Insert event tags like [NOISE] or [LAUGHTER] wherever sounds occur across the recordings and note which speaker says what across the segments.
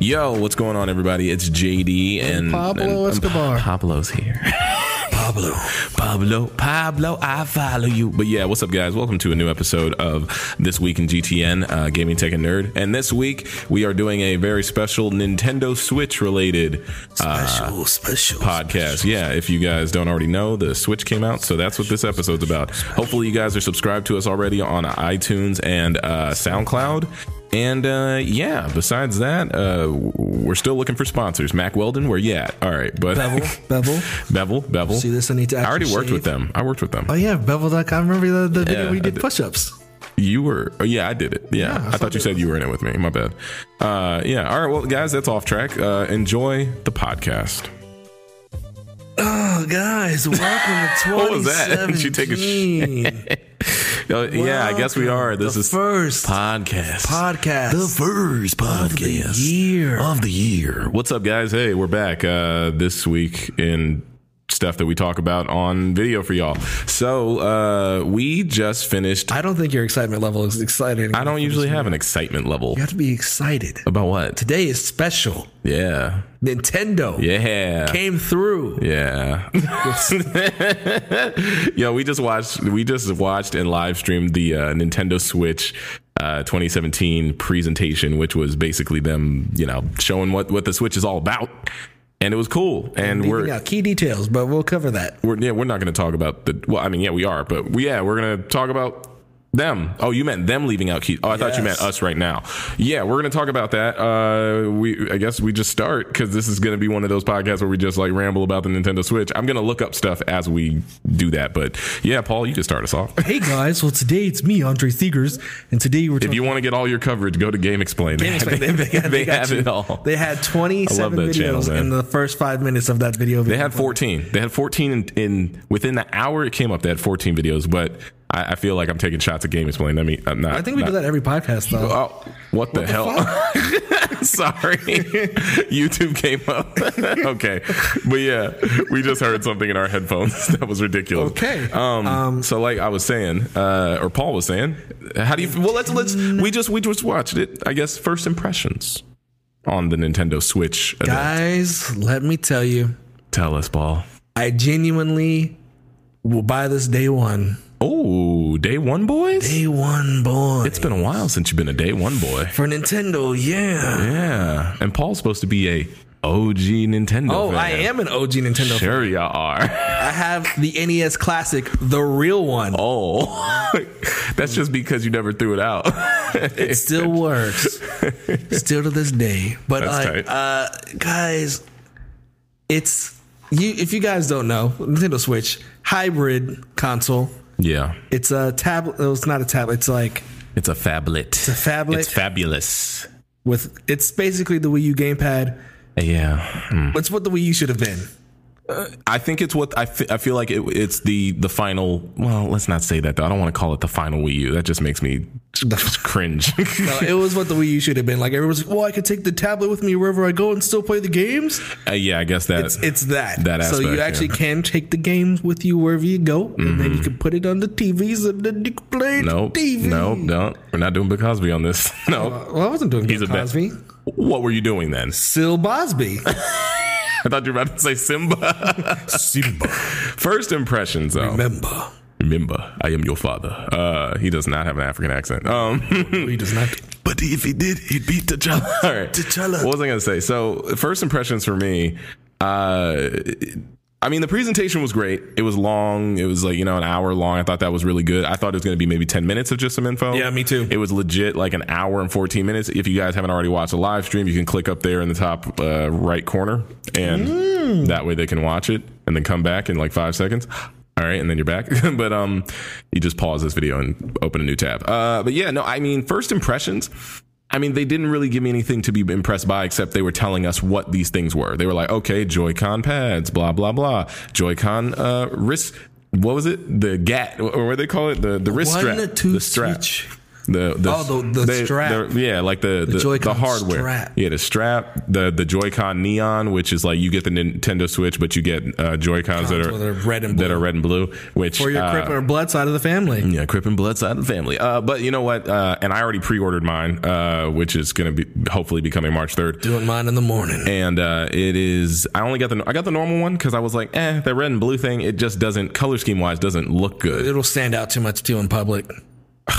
Speaker 1: Yo, what's going on, everybody? It's JD and
Speaker 2: Pablo
Speaker 1: and- and
Speaker 2: Escobar.
Speaker 1: Pablo's
Speaker 2: [LAUGHS]
Speaker 1: here. Pablo, Pablo, Pablo, I follow you. But yeah, what's up, guys? Welcome to a new episode of This Week in GTN, uh, Gaming Tech and Nerd. And this week, we are doing a very special Nintendo uh, Switch related
Speaker 3: Special, special.
Speaker 1: podcast. Yeah, if you guys don't already know, the Switch came out, so that's what this episode's about. Hopefully, you guys are subscribed to us already on iTunes and uh, SoundCloud. And uh, yeah, besides that, uh, w- we're still looking for sponsors. Mac Weldon, where you at? All right, but
Speaker 3: Bevel, [LAUGHS] Bevel.
Speaker 1: [LAUGHS] Bevel, Bevel.
Speaker 3: See this? I need to
Speaker 1: I already
Speaker 3: actually
Speaker 1: worked with
Speaker 3: shave.
Speaker 1: them. I worked with them.
Speaker 3: Oh yeah, Bevel.com. Remember the, the
Speaker 1: Yeah,
Speaker 3: video we
Speaker 1: I
Speaker 3: did
Speaker 1: did.
Speaker 3: push-ups?
Speaker 1: You were, oh, yeah, I did it. Yeah, I, thought you said you were in it with me. My bad. Uh, yeah. All right, well, guys, that's off track. Uh, enjoy the podcast.
Speaker 3: Oh guys, welcome
Speaker 1: [LAUGHS]
Speaker 3: to
Speaker 1: What was that?
Speaker 3: 2017.
Speaker 1: Did you take a Uh, yeah, I guess we are. This
Speaker 3: the
Speaker 1: is
Speaker 3: first
Speaker 1: podcast.
Speaker 3: podcast.
Speaker 1: The first podcast
Speaker 3: year.
Speaker 1: of the year. What's up, guys? Hey, we're back uh, this week in stuff that we talk about on video for y'all. So uh, we just finished.
Speaker 3: I don't think your excitement level is exciting.
Speaker 1: I don't usually have an excitement level
Speaker 3: You have to be excited.
Speaker 1: about what.
Speaker 3: Today is special.
Speaker 1: Yeah,
Speaker 3: Nintendo
Speaker 1: yeah.
Speaker 3: came through.
Speaker 1: Yeah. [LAUGHS] Yo, we just watched we just watched and live streamed the uh, Nintendo Switch uh, 2017 presentation, which was basically them, you know, showing what what the Switch is all about, and it was cool. And
Speaker 3: Leaving
Speaker 1: we're
Speaker 3: out key details, but we'll cover that.
Speaker 1: we're yeah we're not going to talk about the well, I mean yeah we are, but we, yeah we're going to talk about. Them. Oh, you meant them leaving out Keith. Oh, I thought you meant
Speaker 3: Yes.
Speaker 1: us right now. Yeah, we're gonna talk about that. Uh, we, I guess, we just start because this is gonna be one of those podcasts where we just like ramble about the Nintendo Switch. I'm gonna look up stuff as we do that, but yeah, Paul, you can start us
Speaker 3: [LAUGHS]
Speaker 1: off.
Speaker 3: Hey guys, well today it's me, Andre Seegers, and today we're
Speaker 1: if you want to get all your coverage, go to Game Explain.
Speaker 3: Game
Speaker 1: [LAUGHS]
Speaker 3: Explain.
Speaker 1: they,
Speaker 3: They- they got-
Speaker 1: they
Speaker 3: they got
Speaker 1: have
Speaker 3: you.
Speaker 1: it all.
Speaker 3: They had 27
Speaker 1: that
Speaker 3: videos
Speaker 1: channel, man.
Speaker 3: in the first five minutes of that video.
Speaker 1: They had 14. They had 14 in, in within the hour it came up. They had 14 videos, but I, I feel like I'm taking shots at Game Explain. I mean, I'm not.
Speaker 3: I think we do that every podcast, though.
Speaker 1: Oh, what the hell? [LAUGHS] Sorry, YouTube came up. [LAUGHS] okay, but yeah, we just heard something in our headphones [LAUGHS] that was ridiculous.
Speaker 3: Okay.
Speaker 1: um, so like I was saying, uh, or Paul was saying, how do you? Well, let's let's we just we just watched it. I guess first impressions on the Nintendo Switch. event.
Speaker 3: Guys, let me tell you,
Speaker 1: Tell us, Paul.
Speaker 3: I genuinely will buy this day one.
Speaker 1: Oh, day one boys.
Speaker 3: Day one, boy.
Speaker 1: It's been a while since you've been a day one
Speaker 3: [SIGHS]
Speaker 1: boy.
Speaker 3: for Nintendo, yeah.
Speaker 1: Yeah, and Paul's supposed to be a OG Nintendo.
Speaker 3: Oh,
Speaker 1: fan.
Speaker 3: I am an OG Nintendo. fan.
Speaker 1: Sure, you are. [LAUGHS]
Speaker 3: I have the NES Classic, the real one.
Speaker 1: Oh, that's just because you never threw it out.
Speaker 3: It still works, still to this day. But
Speaker 1: That's
Speaker 3: like,
Speaker 1: tight.
Speaker 3: uh, guys, it's you. If you guys don't know, Nintendo Switch hybrid console.
Speaker 1: [LAUGHS] yeah,
Speaker 3: It's a tablet. No, it's not a tablet. It's like
Speaker 1: it's a phablet. It's a
Speaker 3: phablet.
Speaker 1: It's fabulous.
Speaker 3: with. It's basically the Wii U gamepad.
Speaker 1: Yeah,
Speaker 3: It's what the Wii U should have been.
Speaker 1: I think it's what I fe- I feel like it, it's the the final. Well, let's not say that though. I don't want to call it the final Wii U. That just makes me cringe.
Speaker 3: [LAUGHS]
Speaker 1: [LAUGHS]
Speaker 3: No, it was what the Wii U should have been. Like everyone's like, "Well, I could take the tablet with me wherever I go and still play the games."
Speaker 1: Uh, yeah, I guess that
Speaker 3: It's, it's that.
Speaker 1: That
Speaker 3: so
Speaker 1: aspect,
Speaker 3: you
Speaker 1: yeah. Mm-hmm.
Speaker 3: actually can take the games with you wherever you go, and then you can put it on the TVs, and then you can play
Speaker 1: nope,
Speaker 3: the TV.
Speaker 1: nope, no. We're not doing Bill Cosby on this. [LAUGHS] No.
Speaker 3: Well, I wasn't doing
Speaker 1: He's
Speaker 3: Bill
Speaker 1: a bad-
Speaker 3: Cosby.
Speaker 1: what were you doing then? [LAUGHS]
Speaker 3: Still Bosby.
Speaker 1: I thought you were about to say Simba. [LAUGHS]
Speaker 3: Simba.
Speaker 1: First impressions, though.
Speaker 3: Remember,
Speaker 1: Remember, I am your father. Uh, he does not have an African accent. Um, [LAUGHS]
Speaker 3: he does not.
Speaker 1: but if he did, he'd beat T'Challa. [LAUGHS] All right.
Speaker 3: T'Challa.
Speaker 1: What was I going to say? So, first impressions for me. Uh, I mean, the presentation was great. It was long. It was like you know an hour long. I thought that was really good. I thought it was going to be maybe ten minutes of just some info.
Speaker 3: Yeah, me too.
Speaker 1: It was legit like an hour and fourteen minutes. If you guys haven't already watched the live stream, you can click up there in the top uh, right corner, and
Speaker 3: Hmm.
Speaker 1: that way they can watch it and then come back in like five seconds. All right, and then you're back. [LAUGHS] but um, you just pause this video and open a new tab. Uh, but yeah, no, I mean, first impressions. I mean, they didn't really give me anything to be impressed by, except they were telling us what these things were. They were like, okay, Joy-Con pads, blah blah blah, Joy-Con uh, wrist. What was it? The GAT, or what do they call it? The the wrist
Speaker 3: One
Speaker 1: strap.
Speaker 3: to
Speaker 1: the strap.
Speaker 3: switch.
Speaker 1: The, the
Speaker 3: Oh, the- the strap.
Speaker 1: they're- Yeah, like the the, the,
Speaker 3: Joy-Con
Speaker 1: hardware.
Speaker 3: strap.
Speaker 1: Yeah, the strap, the the Joy-Con Neon, which is like you get the Nintendo Switch, but you get uh, Joy-Cons that are
Speaker 3: that are red and
Speaker 1: that
Speaker 3: blue.
Speaker 1: are red and blue, which
Speaker 3: For your
Speaker 1: uh, Mm.
Speaker 3: crip or blood side of the family.
Speaker 1: yeah, Crip and Blood side of the family. Uh, but you know what? Uh, and I already pre-ordered mine, uh, which is going to be hopefully be coming March third.
Speaker 3: Doing mine in the morning.
Speaker 1: And uh, it is. I only got the I got the normal one because I was like, eh, that red and blue thing. It just doesn't color scheme wise doesn't look good.
Speaker 3: It'll stand out too much too in public.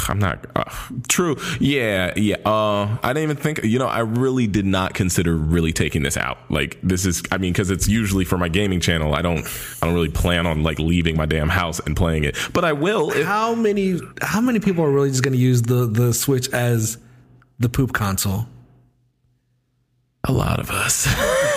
Speaker 1: I'm not uh, true. Yeah, yeah. Uh, I didn't even think. You know, I really did not consider really taking this out. Like this is. I mean, because it's usually for my gaming channel. I don't. I don't really plan on like leaving my damn house and playing it. But I will. If,
Speaker 3: How many how many people are really just gonna use the the Switch as the poop console?
Speaker 1: A lot of us.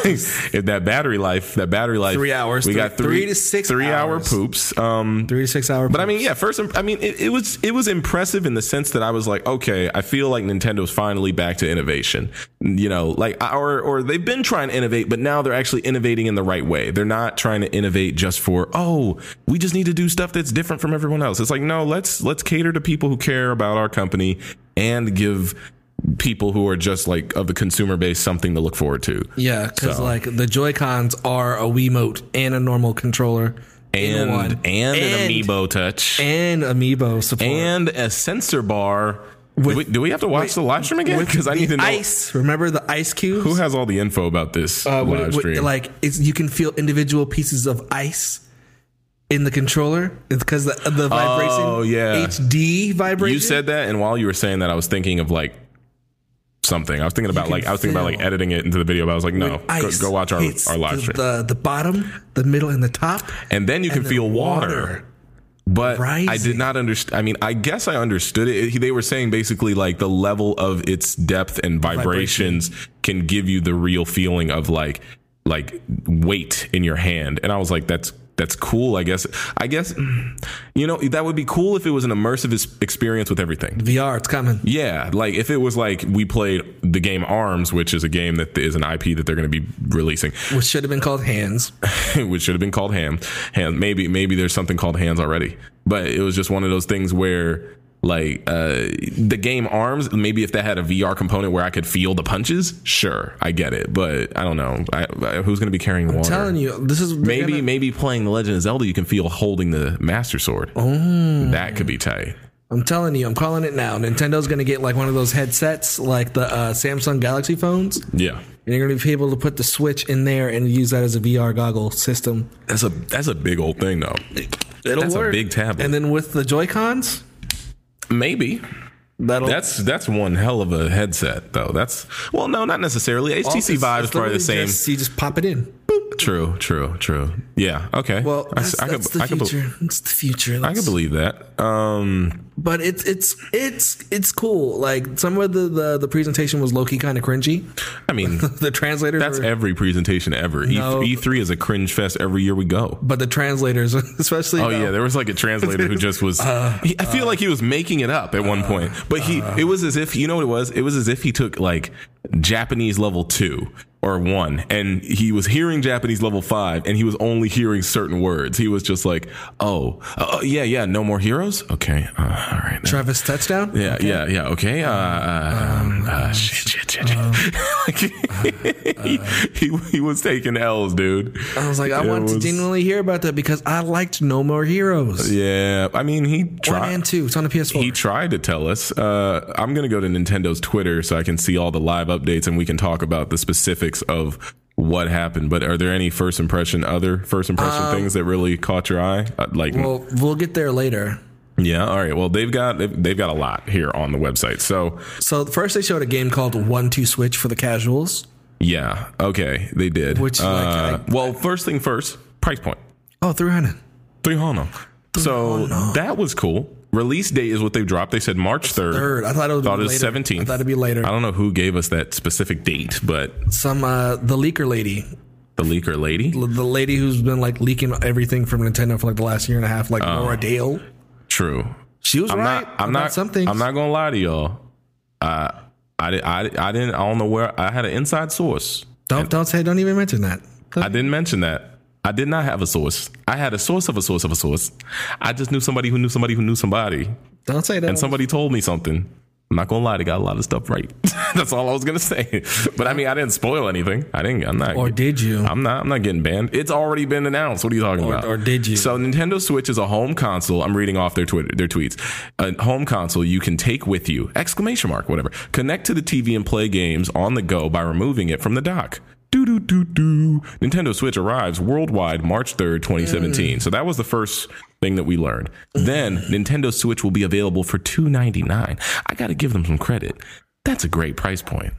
Speaker 1: [LAUGHS] if that battery life, that battery life,
Speaker 3: Three hours,
Speaker 1: We
Speaker 3: three-
Speaker 1: got
Speaker 3: three to six
Speaker 1: three hour
Speaker 3: hours.
Speaker 1: poops. Um,
Speaker 3: Three to six hour
Speaker 1: but I mean, yeah. First, imp- I mean, it, it was it was impressive in the sense that I was like, okay, I feel like Nintendo's finally back to innovation. You know, like or or they've been trying to innovate, but now they're actually innovating in the right way. They're not trying to innovate just for oh, we just need to do stuff that's different from everyone else. It's like no, let's let's cater to people who care about our company and give people who are just like of the consumer base something to look forward to.
Speaker 3: Yeah, because like the Joy Cons are a Wiimote and a normal controller in
Speaker 1: and
Speaker 3: one.
Speaker 1: and, an amiibo touch and,
Speaker 3: and amiibo support.
Speaker 1: a sensor bar. do, we, do we have to watch the live stream again? Because I need to know
Speaker 3: ice. Remember the ice cubes?
Speaker 1: who has all the info about this
Speaker 3: Uh, what-
Speaker 1: live
Speaker 3: what-
Speaker 1: stream.
Speaker 3: like it's you can feel individual pieces of ice in the controller because the, the vibration.
Speaker 1: Oh, yeah.
Speaker 3: HD vibration.
Speaker 1: you said that, and while you were saying that, I was thinking of like something. I was thinking about
Speaker 3: can
Speaker 1: like I was thinking about like
Speaker 3: feel-
Speaker 1: editing it into the video, but I was like, no, go,
Speaker 3: ice
Speaker 1: go watch our
Speaker 3: hits
Speaker 1: our live
Speaker 3: the,
Speaker 1: stream,
Speaker 3: The the bottom, the middle, and the top.
Speaker 1: and then you can feel water. But I did
Speaker 3: Rising.
Speaker 1: not understand. I mean, I guess I understood it. It- They were saying basically like the level of its depth and vibrations can give you the real feeling of like like weight in your hand. And I was like, that's that's cool. I guess. I guess [CLEARS THROAT] you know that would be cool if it was an immersive es- experience with everything.
Speaker 3: VR, it's coming.
Speaker 1: Yeah, like if it was like we played the game Arms, which is a game that is an IP that they're going to be releasing
Speaker 3: Which should have been called hands.
Speaker 1: [LAUGHS] which should have been called ham. Ham. Maybe maybe there's something called hands already, but it was just one of those things where like uh the game arms maybe if that had a vr component where i could feel the punches sure i get it but i don't know I, I, who's gonna be carrying water
Speaker 3: Telling you, this is
Speaker 1: maybe maybe playing the legend of zelda you can feel holding the master sword that could be tight
Speaker 3: I'm telling you, I'm calling it now. Nintendo's gonna get like one of those headsets, like the uh, Samsung Galaxy phones, and
Speaker 1: yeah
Speaker 3: you're gonna be able to put the Switch in there and use that as a VR goggle system.
Speaker 1: that's a that's a big old thing though
Speaker 3: It'll
Speaker 1: That's a big tablet.
Speaker 3: And then with the Joy Cons,
Speaker 1: maybe
Speaker 3: that'll
Speaker 1: that's that's one hell of a headset though that's well no not necessarily htc
Speaker 3: It's-
Speaker 1: vibe is
Speaker 3: it's
Speaker 1: probably
Speaker 3: literally
Speaker 1: the same
Speaker 3: just- you just pop it in.
Speaker 1: True, true, true. Yeah. Okay.
Speaker 3: Well, that's,
Speaker 1: I,
Speaker 3: that's
Speaker 1: could, I
Speaker 3: the
Speaker 1: could, be-
Speaker 3: future. It's the future.
Speaker 1: I could
Speaker 3: That's-
Speaker 1: believe that. Um,
Speaker 3: but it's it's it's it's cool. Like some of the the, the presentation was low key kind of cringy.
Speaker 1: I
Speaker 3: [LAUGHS]
Speaker 1: mean,
Speaker 3: The translators,
Speaker 1: that's
Speaker 3: were-
Speaker 1: every presentation ever. E-
Speaker 3: No.
Speaker 1: E3 is a cringe fest every year we go.
Speaker 3: but the translators, [LAUGHS] especially
Speaker 1: Oh yeah, there was like a translator who just
Speaker 3: [LAUGHS]
Speaker 1: was.
Speaker 3: Uh,
Speaker 1: he, I feel like he was making it up at one point, but he it was as if you know what it was. It was as if he took like Japanese level two or one, and he was hearing Japanese level five, and he was only hearing certain words. He was just like, "Oh, uh, yeah, yeah, no more heroes." Okay, uh, all right.
Speaker 3: Travis touchdown.
Speaker 1: Yeah, yeah, yeah. Okay. Uh, uh, um, uh, shit, shit, shit, shit.
Speaker 3: um,
Speaker 1: [LAUGHS] Like, he, he, he was taking L's, dude.
Speaker 3: uh, I was like, I
Speaker 1: It
Speaker 3: want to
Speaker 1: was-
Speaker 3: genuinely hear about that because I liked No More Heroes
Speaker 1: Yeah, I mean, he
Speaker 3: one
Speaker 1: tried.
Speaker 3: and two. It's on the PS4.
Speaker 1: He tried to tell us. Uh, I'm going to go to Nintendo's Twitter so I can see all the live updates and we can talk about the specifics of what happened. But are there any first impression, other first impression things that really caught your eye? Uh, like,
Speaker 3: Uh, well, we'll get there later.
Speaker 1: yeah, all right. Well, they've got they've, they've got a lot here on the website. So
Speaker 3: So first, they showed a game called One Two Switch for the casuals.
Speaker 1: Yeah. Okay. They did.
Speaker 3: Which, like,
Speaker 1: Uh, well, first thing first, price point
Speaker 3: Oh, 300.
Speaker 1: three hundred. So that was cool. Release date is what they dropped. They said March third.
Speaker 3: Third. I thought it would
Speaker 1: Thought
Speaker 3: be
Speaker 1: it
Speaker 3: later.
Speaker 1: was
Speaker 3: I
Speaker 1: seventeenth.
Speaker 3: thought it'd be later.
Speaker 1: I don't know who gave us that specific date, but
Speaker 3: Some uh, the leaker lady,
Speaker 1: the leaker lady.
Speaker 3: the lady who's been like leaking everything from Nintendo for like the last year and a half, like Nora Dale.
Speaker 1: True.
Speaker 3: She was
Speaker 1: Uh. I'm
Speaker 3: right.
Speaker 1: not. I'm not.
Speaker 3: something.
Speaker 1: I'm not gonna lie to y'all. Uh, I, did, I, I didn't. I don't know where. I had an inside source.
Speaker 3: Don't don't say. Don't even mention that.
Speaker 1: I didn't mention that. I did not have a source. I had a source of a source of a source. I just knew somebody who knew somebody who knew somebody.
Speaker 3: Don't say that.
Speaker 1: and somebody told me something. I'm not gonna lie, they got a lot of stuff right. [LAUGHS] That's all I was gonna say. But I mean, I didn't spoil anything. I didn't. I'm not.
Speaker 3: Or did you?
Speaker 1: I'm not. I'm not getting banned. It's already been announced. What are you talking
Speaker 3: Or-
Speaker 1: about?
Speaker 3: or did you?
Speaker 1: So Nintendo Switch is a home console. I'm reading off their Twitter, their tweets. A home console you can take with you. Exclamation mark. Whatever. Connect to the TV and play games on the go by removing it from the dock. Do do do do. Nintendo Switch arrives worldwide March 3rd, 2017.
Speaker 3: Mm.
Speaker 1: So that was the first thing that we learned.
Speaker 3: [LAUGHS]
Speaker 1: Then Nintendo Switch will be available for 2.99. I got to give them some credit. That's a great price point.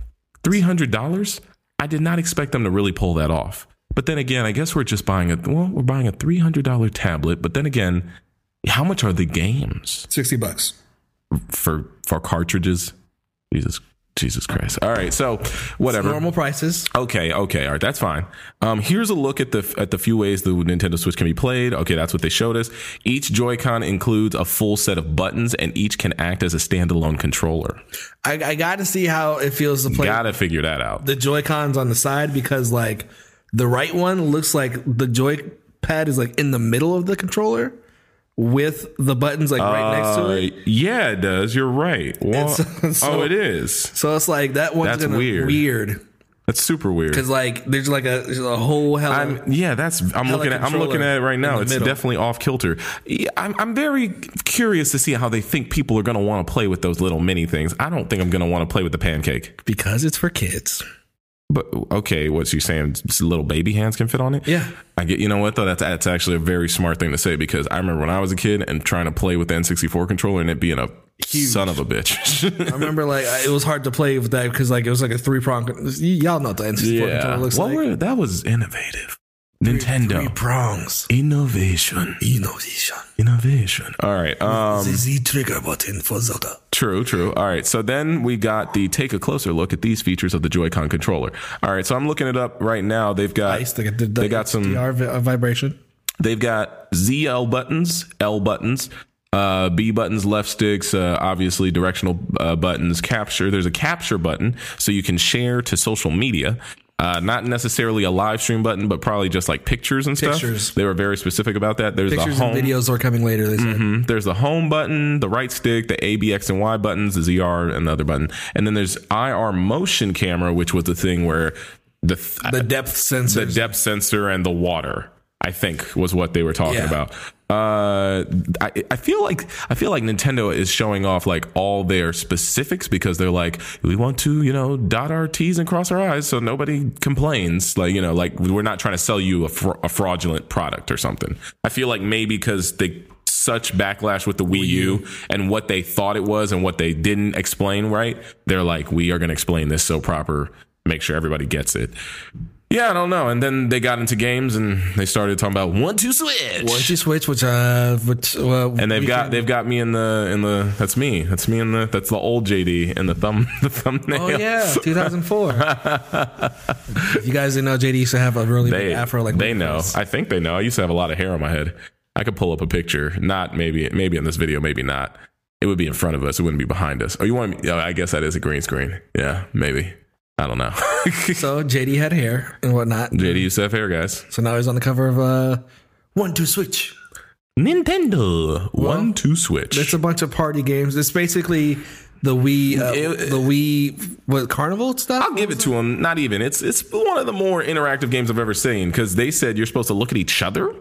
Speaker 1: $300? I did not expect them to really pull that off. But then again, I guess we're just buying a well, we're buying a $300 tablet, but then again, how much are the games
Speaker 3: 60 bucks.
Speaker 1: for for cartridges? Jesus Jesus Christ. All right, so whatever.
Speaker 3: Normal prices.
Speaker 1: Okay, okay, all right, that's fine. Um, here's a look at the at the few ways the Nintendo Switch can be played. Okay, that's what they showed us. Each Joy-Con includes a full set of buttons, and each can act as a standalone controller.
Speaker 3: I, I got to see how it feels to play
Speaker 1: Gotta figure that out.
Speaker 3: the Joy Cons on the side because like the right one looks like the Joy Pad is like in the middle of the controller with the buttons like right next to it.
Speaker 1: Uh, yeah, it does. You're right. Wha-
Speaker 3: so- [LAUGHS] so-
Speaker 1: oh, it is.
Speaker 3: So it's like that one's
Speaker 1: That's
Speaker 3: gonna
Speaker 1: weird.
Speaker 3: weird
Speaker 1: That's super weird.
Speaker 3: because like there's like a, there's a whole hell.
Speaker 1: I'm, yeah, that's. I'm looking at. I'm
Speaker 3: controller
Speaker 1: looking at it right
Speaker 3: in
Speaker 1: now.
Speaker 3: the
Speaker 1: It's
Speaker 3: middle.
Speaker 1: definitely off kilter. Yeah, I'm, I'm very curious to see how they think people are going to want to play with those little mini things. I don't think I'm going to want to play with the pancake.
Speaker 3: because it's for kids.
Speaker 1: But okay, what's you saying? Just Little baby hands can fit on it.
Speaker 3: Yeah.
Speaker 1: I get. You know what though? That's that's actually a very smart thing to say because I remember when I was a kid and trying to play with the N64 controller and it being a son of a
Speaker 3: [LAUGHS]
Speaker 1: bitch.
Speaker 3: I remember like I- it was hard to play with that because like it was like a three prong. Y'all know what the N64 controller looks
Speaker 1: what
Speaker 3: like.
Speaker 1: were that was innovative. Nintendo
Speaker 3: Three prongs.
Speaker 1: innovation,
Speaker 3: Innovation.
Speaker 1: innovation. All right. Um,
Speaker 3: the Z trigger button for Zelda.
Speaker 1: True, true. All right. So then we got the take a closer look at these features of the Joy-Con controller. All right. So I'm looking it up right now. They've got
Speaker 3: Nice. They got, the,
Speaker 1: They got some-
Speaker 3: DR vi- uh, vibration.
Speaker 1: they've got ZL buttons, L buttons, uh, B buttons, left sticks, uh, obviously directional uh, buttons, capture. There's a capture button so you can share to social media. Uh, not necessarily a live stream button, but probably just like pictures and stuff.
Speaker 3: Pictures.
Speaker 1: They were very specific about that. There's
Speaker 3: Pictures
Speaker 1: the
Speaker 3: and
Speaker 1: home
Speaker 3: videos are coming later. They said.
Speaker 1: there's the home button, the right stick, the A, B, X, and Y buttons, the ZR, and the other button. And then there's IR motion camera, which was the thing where the, th-
Speaker 3: the depth sensor.
Speaker 1: the depth sensor and the water, I think, was what they were talking
Speaker 3: Yeah.
Speaker 1: about. Uh, I, I feel like I feel like Nintendo is showing off like all their specifics because they're like, we want to, you know, dot our T's and cross our I's so nobody complains. Like, you know, like we're not trying to sell you a, fra- a fraudulent product or something. I feel like maybe because they such backlash with the Wii U and what they thought it was and what they didn't explain right. They're like, we are going to explain this so proper, make sure everybody gets it. Yeah, I don't know. And then they got into games and they started talking about one two switch.
Speaker 3: Once you switch, which uh, which uh,
Speaker 1: and they've got they've got me in the in the that's me that's me in the that's the old JD in the thumb [LAUGHS] the thumbnail.
Speaker 3: oh
Speaker 1: [LAUGHS]
Speaker 3: yeah, 2004. if you guys didn't know, JD used to have a really big
Speaker 1: they,
Speaker 3: afro like
Speaker 1: they know. I think they know. I used to have a lot of hair on my head. I could pull up a picture. Not maybe maybe in this video, maybe not. It would be in front of us. It wouldn't be behind us. Oh, you want? Me, oh, I guess that is a green screen. Yeah, maybe. I don't know. [LAUGHS]
Speaker 3: So JD had hair and whatnot.
Speaker 1: JD used to have hair, guys.
Speaker 3: So now he's on the cover of uh, One Two Switch.
Speaker 1: Nintendo one two switch.
Speaker 3: It's a bunch of party games. It's basically the Wii, uh,
Speaker 1: It-
Speaker 3: the Wii, what carnival stuff?
Speaker 1: I'll give it to them. Not even. It's it's one of the more interactive games I've ever seen because they said you're supposed to look at each other.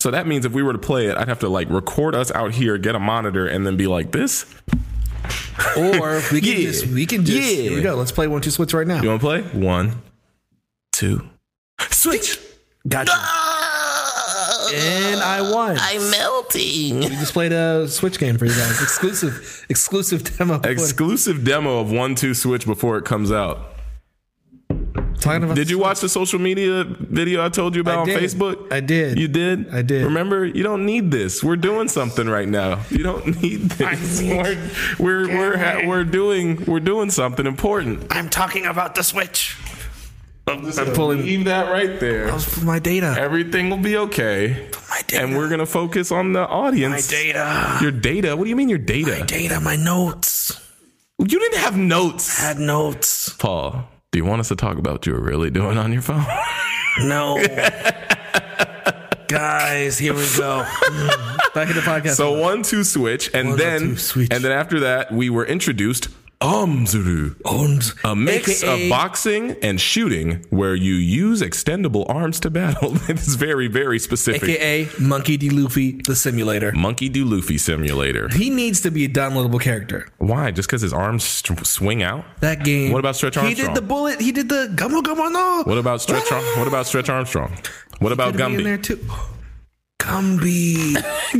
Speaker 1: So that means if we were to play it, I'd have to like record us out here, get a monitor, and then be like this.
Speaker 3: or we can
Speaker 1: Yeah.
Speaker 3: just we can just
Speaker 1: Yeah.
Speaker 3: here we go. Let's play One Two Switch right now.
Speaker 1: You want to play? One, two, switch.
Speaker 3: Gotcha. And I won.
Speaker 2: I'm melting.
Speaker 3: We just played a Switch game for you guys. Exclusive, exclusive demo.
Speaker 1: Exclusive demo of one two switch before it comes out.
Speaker 3: Talking about
Speaker 1: Did you watch the social media video I told you about
Speaker 3: I
Speaker 1: on
Speaker 3: did.
Speaker 1: Facebook?
Speaker 3: I did.
Speaker 1: You did?
Speaker 3: I did.
Speaker 1: Remember, you don't need this. We're doing something right now. You don't [LAUGHS] need this. We're we're we're, ha- we're doing we're doing something important.
Speaker 2: I'm talking about the Switch.
Speaker 1: I'm pulling leave that right there.
Speaker 3: for my data?
Speaker 1: Everything will be okay.
Speaker 3: My data.
Speaker 1: And we're gonna focus on the audience.
Speaker 3: data.
Speaker 1: Your data? What do you mean your data?
Speaker 3: Data. My notes.
Speaker 1: You didn't have notes.
Speaker 3: Had notes.
Speaker 1: Paul, do you want us to talk about what you were really doing on your phone?
Speaker 3: No.
Speaker 1: [LAUGHS]
Speaker 3: Guys, here we go. [LAUGHS] Back in the podcast.
Speaker 1: So one two switch, and
Speaker 3: One,
Speaker 1: then
Speaker 3: two, switch.
Speaker 1: and then after that we were introduced Amzuru.
Speaker 3: Owns
Speaker 1: A mix
Speaker 3: AKA
Speaker 1: of boxing and shooting where you use extendable arms to battle. [LAUGHS] it's very, very specific.
Speaker 3: AKA Monkey D. Luffy, the simulator.
Speaker 1: Monkey Do Luffy Simulator.
Speaker 3: He needs to be a downloadable character.
Speaker 1: Why? Just because his arms st- swing out?
Speaker 3: That game.
Speaker 1: What about Stretch
Speaker 3: He did
Speaker 1: Armstrong?
Speaker 3: the bullet. He did the gummo gummo no.
Speaker 1: What about Stretch? Ar- what about Stretch Armstrong? What about
Speaker 3: Gumby in there
Speaker 1: Gumby?
Speaker 3: too?
Speaker 1: [LAUGHS]
Speaker 3: Gumby.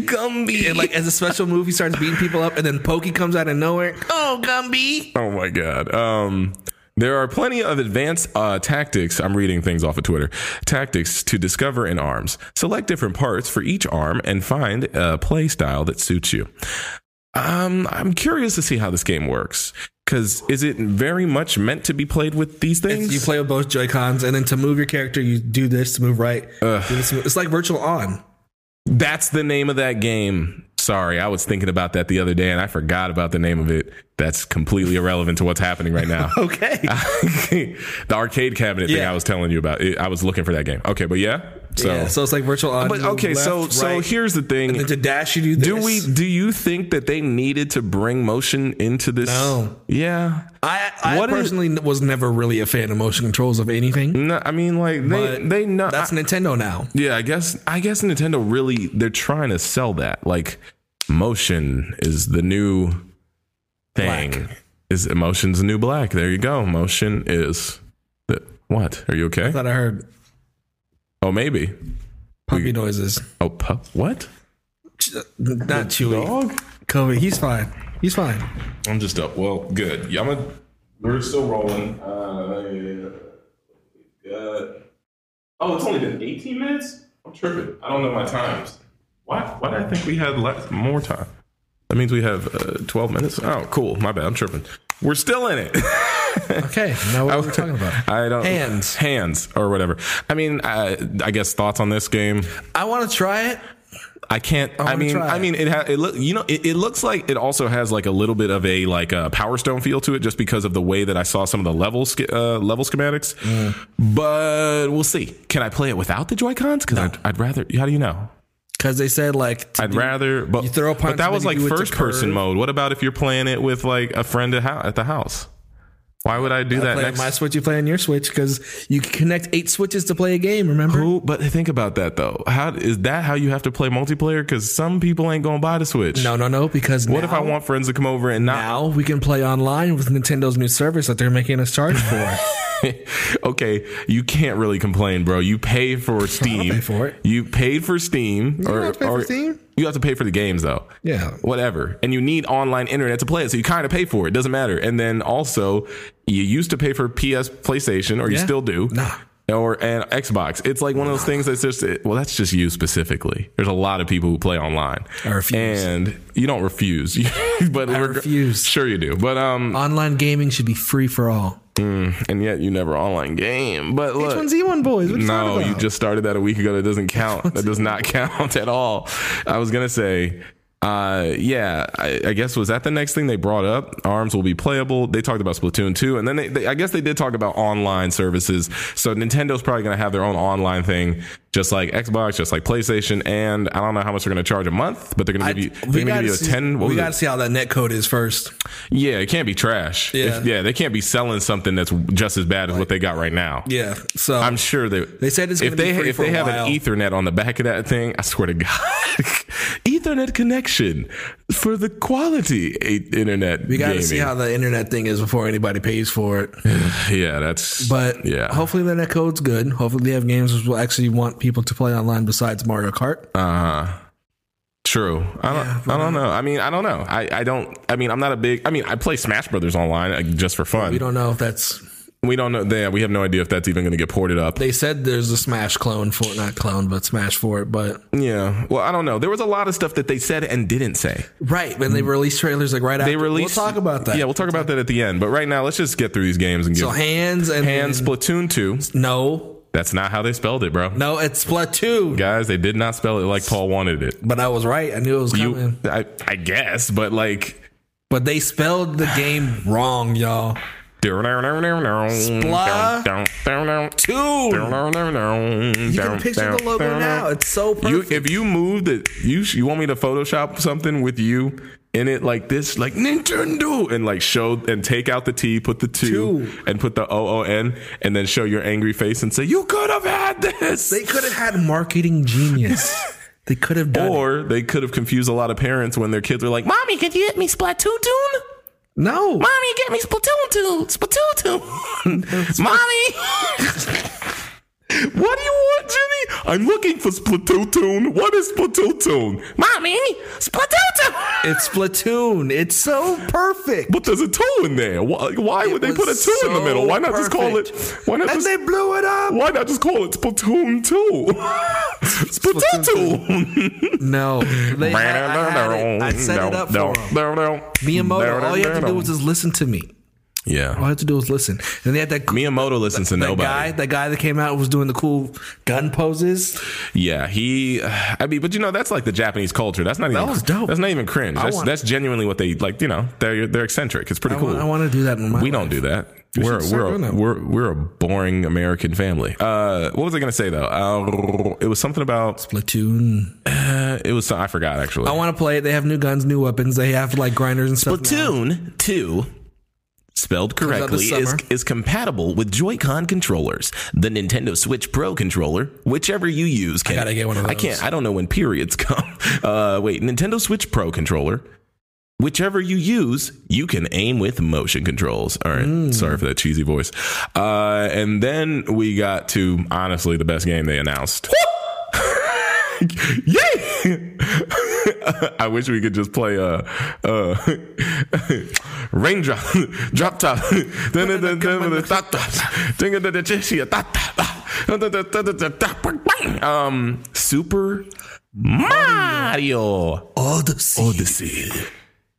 Speaker 3: Gumby. And like as a special move, he starts beating people up, and then Pokey comes out of nowhere.
Speaker 2: Oh, Gumby.
Speaker 1: Oh my god. Um, there are plenty of advanced uh, tactics. I'm reading things off of Twitter. Tactics to discover in arms. Select different parts for each arm and find a play style that suits you. Um, I'm curious to see how this game works. Because is it very much meant to be played with these things?
Speaker 3: You play with both Joy Cons, and then to move your character, you do this to move right. do this to move- It's like virtual on.
Speaker 1: That's the name of that game. Sorry, I was thinking about that the other day and I forgot about the name of it. That's completely irrelevant to what's happening right now.
Speaker 3: Okay.
Speaker 1: the arcade cabinet thing
Speaker 3: Yeah.
Speaker 1: I was telling you about. It, I was looking for that game. Okay, but yeah. So,
Speaker 3: yeah, so it's like virtual on.
Speaker 1: but
Speaker 3: you move
Speaker 1: okay, so
Speaker 3: left,
Speaker 1: so
Speaker 3: right,
Speaker 1: here's the thing.
Speaker 3: and to dash you do this.
Speaker 1: do we do you think that they needed to bring motion into this?
Speaker 3: No.
Speaker 1: Yeah.
Speaker 3: I, I
Speaker 1: What is-
Speaker 3: personally was never really a fan of motion controls of anything.
Speaker 1: No, I mean like they
Speaker 3: But
Speaker 1: they not
Speaker 3: That's Nintendo now.
Speaker 1: Yeah, I guess I guess Nintendo really they're trying to sell that. Like motion is the new thing. Is emotion's the new black. There you go. Motion is the what? Are you okay?
Speaker 3: That I heard
Speaker 1: Oh maybe.
Speaker 3: puppy noises.
Speaker 1: Oh pup what?
Speaker 3: Not Chewy.
Speaker 1: Dog?
Speaker 3: Kobe, he's fine. He's fine.
Speaker 1: I'm just up. Well, good. Yeah, I'm a, we're still rolling. Uh, uh, oh, it's only been 18 minutes? I'm tripping. I don't know my times. Why, why did I think we had less, more time? That means we have uh, 12 minutes. Oh, cool. My bad. I'm tripping. We're still in it.
Speaker 3: Okay, now [LAUGHS] what are we talking
Speaker 1: [LAUGHS]
Speaker 3: about?
Speaker 1: I don't
Speaker 3: Hands.
Speaker 1: hands or whatever. I mean, I, I guess thoughts on this game.
Speaker 3: I want to try it.
Speaker 1: I can't. I,
Speaker 3: wanna
Speaker 1: mean,
Speaker 3: try
Speaker 1: I
Speaker 3: it.
Speaker 1: mean, it. Ha- it look. You know, it, it looks like it also has like a little bit of a like a Power Stone feel to it, just because of the way that I saw some of the level sch- uh, level schematics.
Speaker 3: Mm.
Speaker 1: But we'll see. Can I play it without the Joy Cons? Because I'd, I'd rather. How do you know?
Speaker 3: Because they said like to
Speaker 1: I'd
Speaker 3: do-
Speaker 1: rather. But
Speaker 3: you throw a punch
Speaker 1: But that
Speaker 3: and
Speaker 1: was
Speaker 3: then
Speaker 1: like
Speaker 3: you do it to
Speaker 1: first person
Speaker 3: curve.
Speaker 1: mode. What about if you're playing it with like a friend at, hou- at the house? Why would I do that
Speaker 3: play on
Speaker 1: next?
Speaker 3: my Switch. You play on your Switch because you can connect eight Switches to play a game. Remember?
Speaker 1: Who- but think about that though. How is that how you have to play multiplayer? Because some people ain't gonna buy the Switch.
Speaker 3: No, no, no. Because
Speaker 1: What
Speaker 3: now,
Speaker 1: if I want friends to come over and not
Speaker 3: now we can play online with Nintendo's new service that they're making us charge for.
Speaker 1: [LAUGHS] okay, you can't really complain, bro. You pay
Speaker 3: [LAUGHS]
Speaker 1: for Steam.
Speaker 3: pay for it.
Speaker 1: You paid for Steam. You
Speaker 3: don't have to pay for Steam.
Speaker 1: You have to pay for the games though.
Speaker 3: Yeah.
Speaker 1: Whatever. And you need online internet to play it, so you kind of pay for it. Doesn't matter. And then also, you used to pay for PS PlayStation, or you
Speaker 3: Yeah.
Speaker 1: still do.
Speaker 3: Nah.
Speaker 1: Or and Xbox. It's like one of those things that's just well, that's just you specifically. There's a lot of people who play online.
Speaker 3: I refuse.
Speaker 1: And you don't refuse. [LAUGHS] but I
Speaker 3: refuse.
Speaker 1: Sure you do. But um
Speaker 3: online gaming should be free for all.
Speaker 1: and yet you never online game. But look,
Speaker 3: H1Z1 E boys. What you
Speaker 1: no,
Speaker 3: talking
Speaker 1: you
Speaker 3: about?
Speaker 1: just started that a week ago. That doesn't count. That does
Speaker 3: [LAUGHS]
Speaker 1: not count at all. I was gonna say, uh, yeah. I, I guess was that the next thing they brought up? Arms will be playable. They talked about Splatoon two, and then they, they, I guess they did talk about online services. So Nintendo's probably gonna have their own online thing, just like Xbox, just like PlayStation. And I don't know how much they're gonna charge a month, but they're gonna
Speaker 3: I-
Speaker 1: give you, they're gonna
Speaker 3: gotta
Speaker 1: give you a
Speaker 3: see-
Speaker 1: ten. What
Speaker 3: we
Speaker 1: was
Speaker 3: got to
Speaker 1: it?
Speaker 3: see how that net code is first.
Speaker 1: Yeah, it can't be trash.
Speaker 3: Yeah.
Speaker 1: If- yeah, they can't be selling something that's just as bad as what they got right now.
Speaker 3: Yeah. So
Speaker 1: I'm sure they. They
Speaker 3: said it's
Speaker 1: if
Speaker 3: gonna be
Speaker 1: they
Speaker 3: free
Speaker 1: if
Speaker 3: for
Speaker 1: they
Speaker 3: a
Speaker 1: have
Speaker 3: while.
Speaker 1: an Ethernet on the back of that thing, I swear to God, [LAUGHS] Ethernet connection for the quality i- internet.
Speaker 3: we got
Speaker 1: gaming.
Speaker 3: to see how the internet thing is before anybody pays for it.
Speaker 1: Yeah, that's.
Speaker 3: But
Speaker 1: yeah,
Speaker 3: hopefully the net code's good. Hopefully they have games which will actually want people to play online besides Mario Kart.
Speaker 1: Um, uh-huh. true. I don't. I
Speaker 3: um,
Speaker 1: don't know. I mean, I don't know. I, I don't. I mean, I'm not a big. I mean, I play Smash Brothers online like, just for fun.
Speaker 3: we don't know if that's.
Speaker 1: We don't know. They, we have no idea if that's even going to get ported up.
Speaker 3: They said there's a Smash clone for it, not clone, but Smash for it. But
Speaker 1: yeah. Well, I don't know. There was a lot of stuff that they said and didn't say.
Speaker 3: right, when they released trailers like right after,
Speaker 1: They released.
Speaker 3: We'll talk about that.
Speaker 1: Yeah, we'll talk about that at the end. But right now, let's just get through these games and give
Speaker 3: so hands and
Speaker 1: hands. Splatoon two.
Speaker 3: No,
Speaker 1: That's not how they spelled it, bro.
Speaker 3: no, it's Splatoon.
Speaker 1: Guys, they did not spell it like Paul wanted it.
Speaker 3: But I was right. I knew it was
Speaker 1: You,
Speaker 3: coming.
Speaker 1: I, I guess, but like,
Speaker 3: but they spelled the game wrong, y'all.
Speaker 1: Spla-
Speaker 3: cartoon.
Speaker 1: You
Speaker 3: You can picture the logo now. It's so perfect.
Speaker 1: You, if you moved it, you sh- you want me to Photoshop something with you in it like this, like Nintendo, and like show and take out the T, put the two,
Speaker 3: Two.
Speaker 1: and put the O O N, and then show your angry face and say, "You could have had this."
Speaker 3: They could have had
Speaker 1: [LAUGHS]
Speaker 3: marketing genius. they could have done. it.
Speaker 1: or they could have confused a lot of parents when their kids were like, "Mommy, could you get me Splatoon tune?
Speaker 3: No,
Speaker 1: Mommy, get me Splatoon tune, Splatoon tune, Mommy." What do you want, Jenny? I'm looking for Splatoon. tune. What is Splatoon? tune? Mommy, Splatoon. tune."
Speaker 3: it's Splatoon. It's so perfect.
Speaker 1: But there's a two in there. Why, why would they
Speaker 3: It
Speaker 1: put a
Speaker 3: was
Speaker 1: two in the
Speaker 3: so
Speaker 1: middle? Why not just call it?
Speaker 3: perfect.
Speaker 1: Why not
Speaker 3: And
Speaker 1: just?
Speaker 3: they blew it up.
Speaker 1: why not just call it Splatoon
Speaker 3: [LAUGHS]
Speaker 1: Two? Splatoon Two.
Speaker 3: No, they had, I, had
Speaker 1: [LAUGHS]
Speaker 3: it. I set it up for them. Miyamoto. All you have to do is just listen to me. All you
Speaker 1: yeah.
Speaker 3: have to do is listen. And they had that
Speaker 1: Miyamoto listens to
Speaker 3: that
Speaker 1: nobody.
Speaker 3: guy. That guy that came out and was doing the cool gun poses.
Speaker 1: Yeah, he. [SIGHS] I mean, but you know, that's like the Japanese culture. That's not even.
Speaker 3: was dope.
Speaker 1: That's not even cringe. That's,
Speaker 3: want-
Speaker 1: that's genuinely what they like. You know, they're they're eccentric. It's pretty
Speaker 3: I
Speaker 1: cool.
Speaker 3: want, I want to do that in my.
Speaker 1: we
Speaker 3: life.
Speaker 1: don't do that. We're
Speaker 3: should start
Speaker 1: we're
Speaker 3: doing
Speaker 1: a,
Speaker 3: that.
Speaker 1: we're we're a boring American family. Uh, what was I gonna say though? Uh, it was something about
Speaker 3: Splatoon.
Speaker 1: it was I forgot actually.
Speaker 3: I want to play it. They have new guns, new weapons. They have like grinders and stuff. now.
Speaker 1: Splatoon 2, spelled
Speaker 3: out
Speaker 1: correctly,
Speaker 3: this
Speaker 1: is,
Speaker 3: summer.
Speaker 2: is compatible with Joy-Con controllers. The Nintendo Switch Pro controller, whichever you use, can
Speaker 3: gotta get one of
Speaker 1: I
Speaker 3: those.
Speaker 1: can't. I don't know when periods [LAUGHS] come. Uh, wait, Nintendo Switch Pro controller. Whichever you use, you can aim with motion controls. All right.
Speaker 3: Hmm.
Speaker 1: Sorry for that cheesy voice. Uh, and then we got to honestly the best game they announced. [LAUGHS] Yay! I wish we could just play uh uh [LAUGHS] raindrop [LAUGHS] drop top [LAUGHS] Dun, dun, dun, dun, dun, top tops. Dun, dun, dun, dun, chishia, top, top, ah. Dun, dun, dun, dun, dun, dun, top, bang, bang. um Super Mario
Speaker 3: Odyssey.
Speaker 1: Odyssey.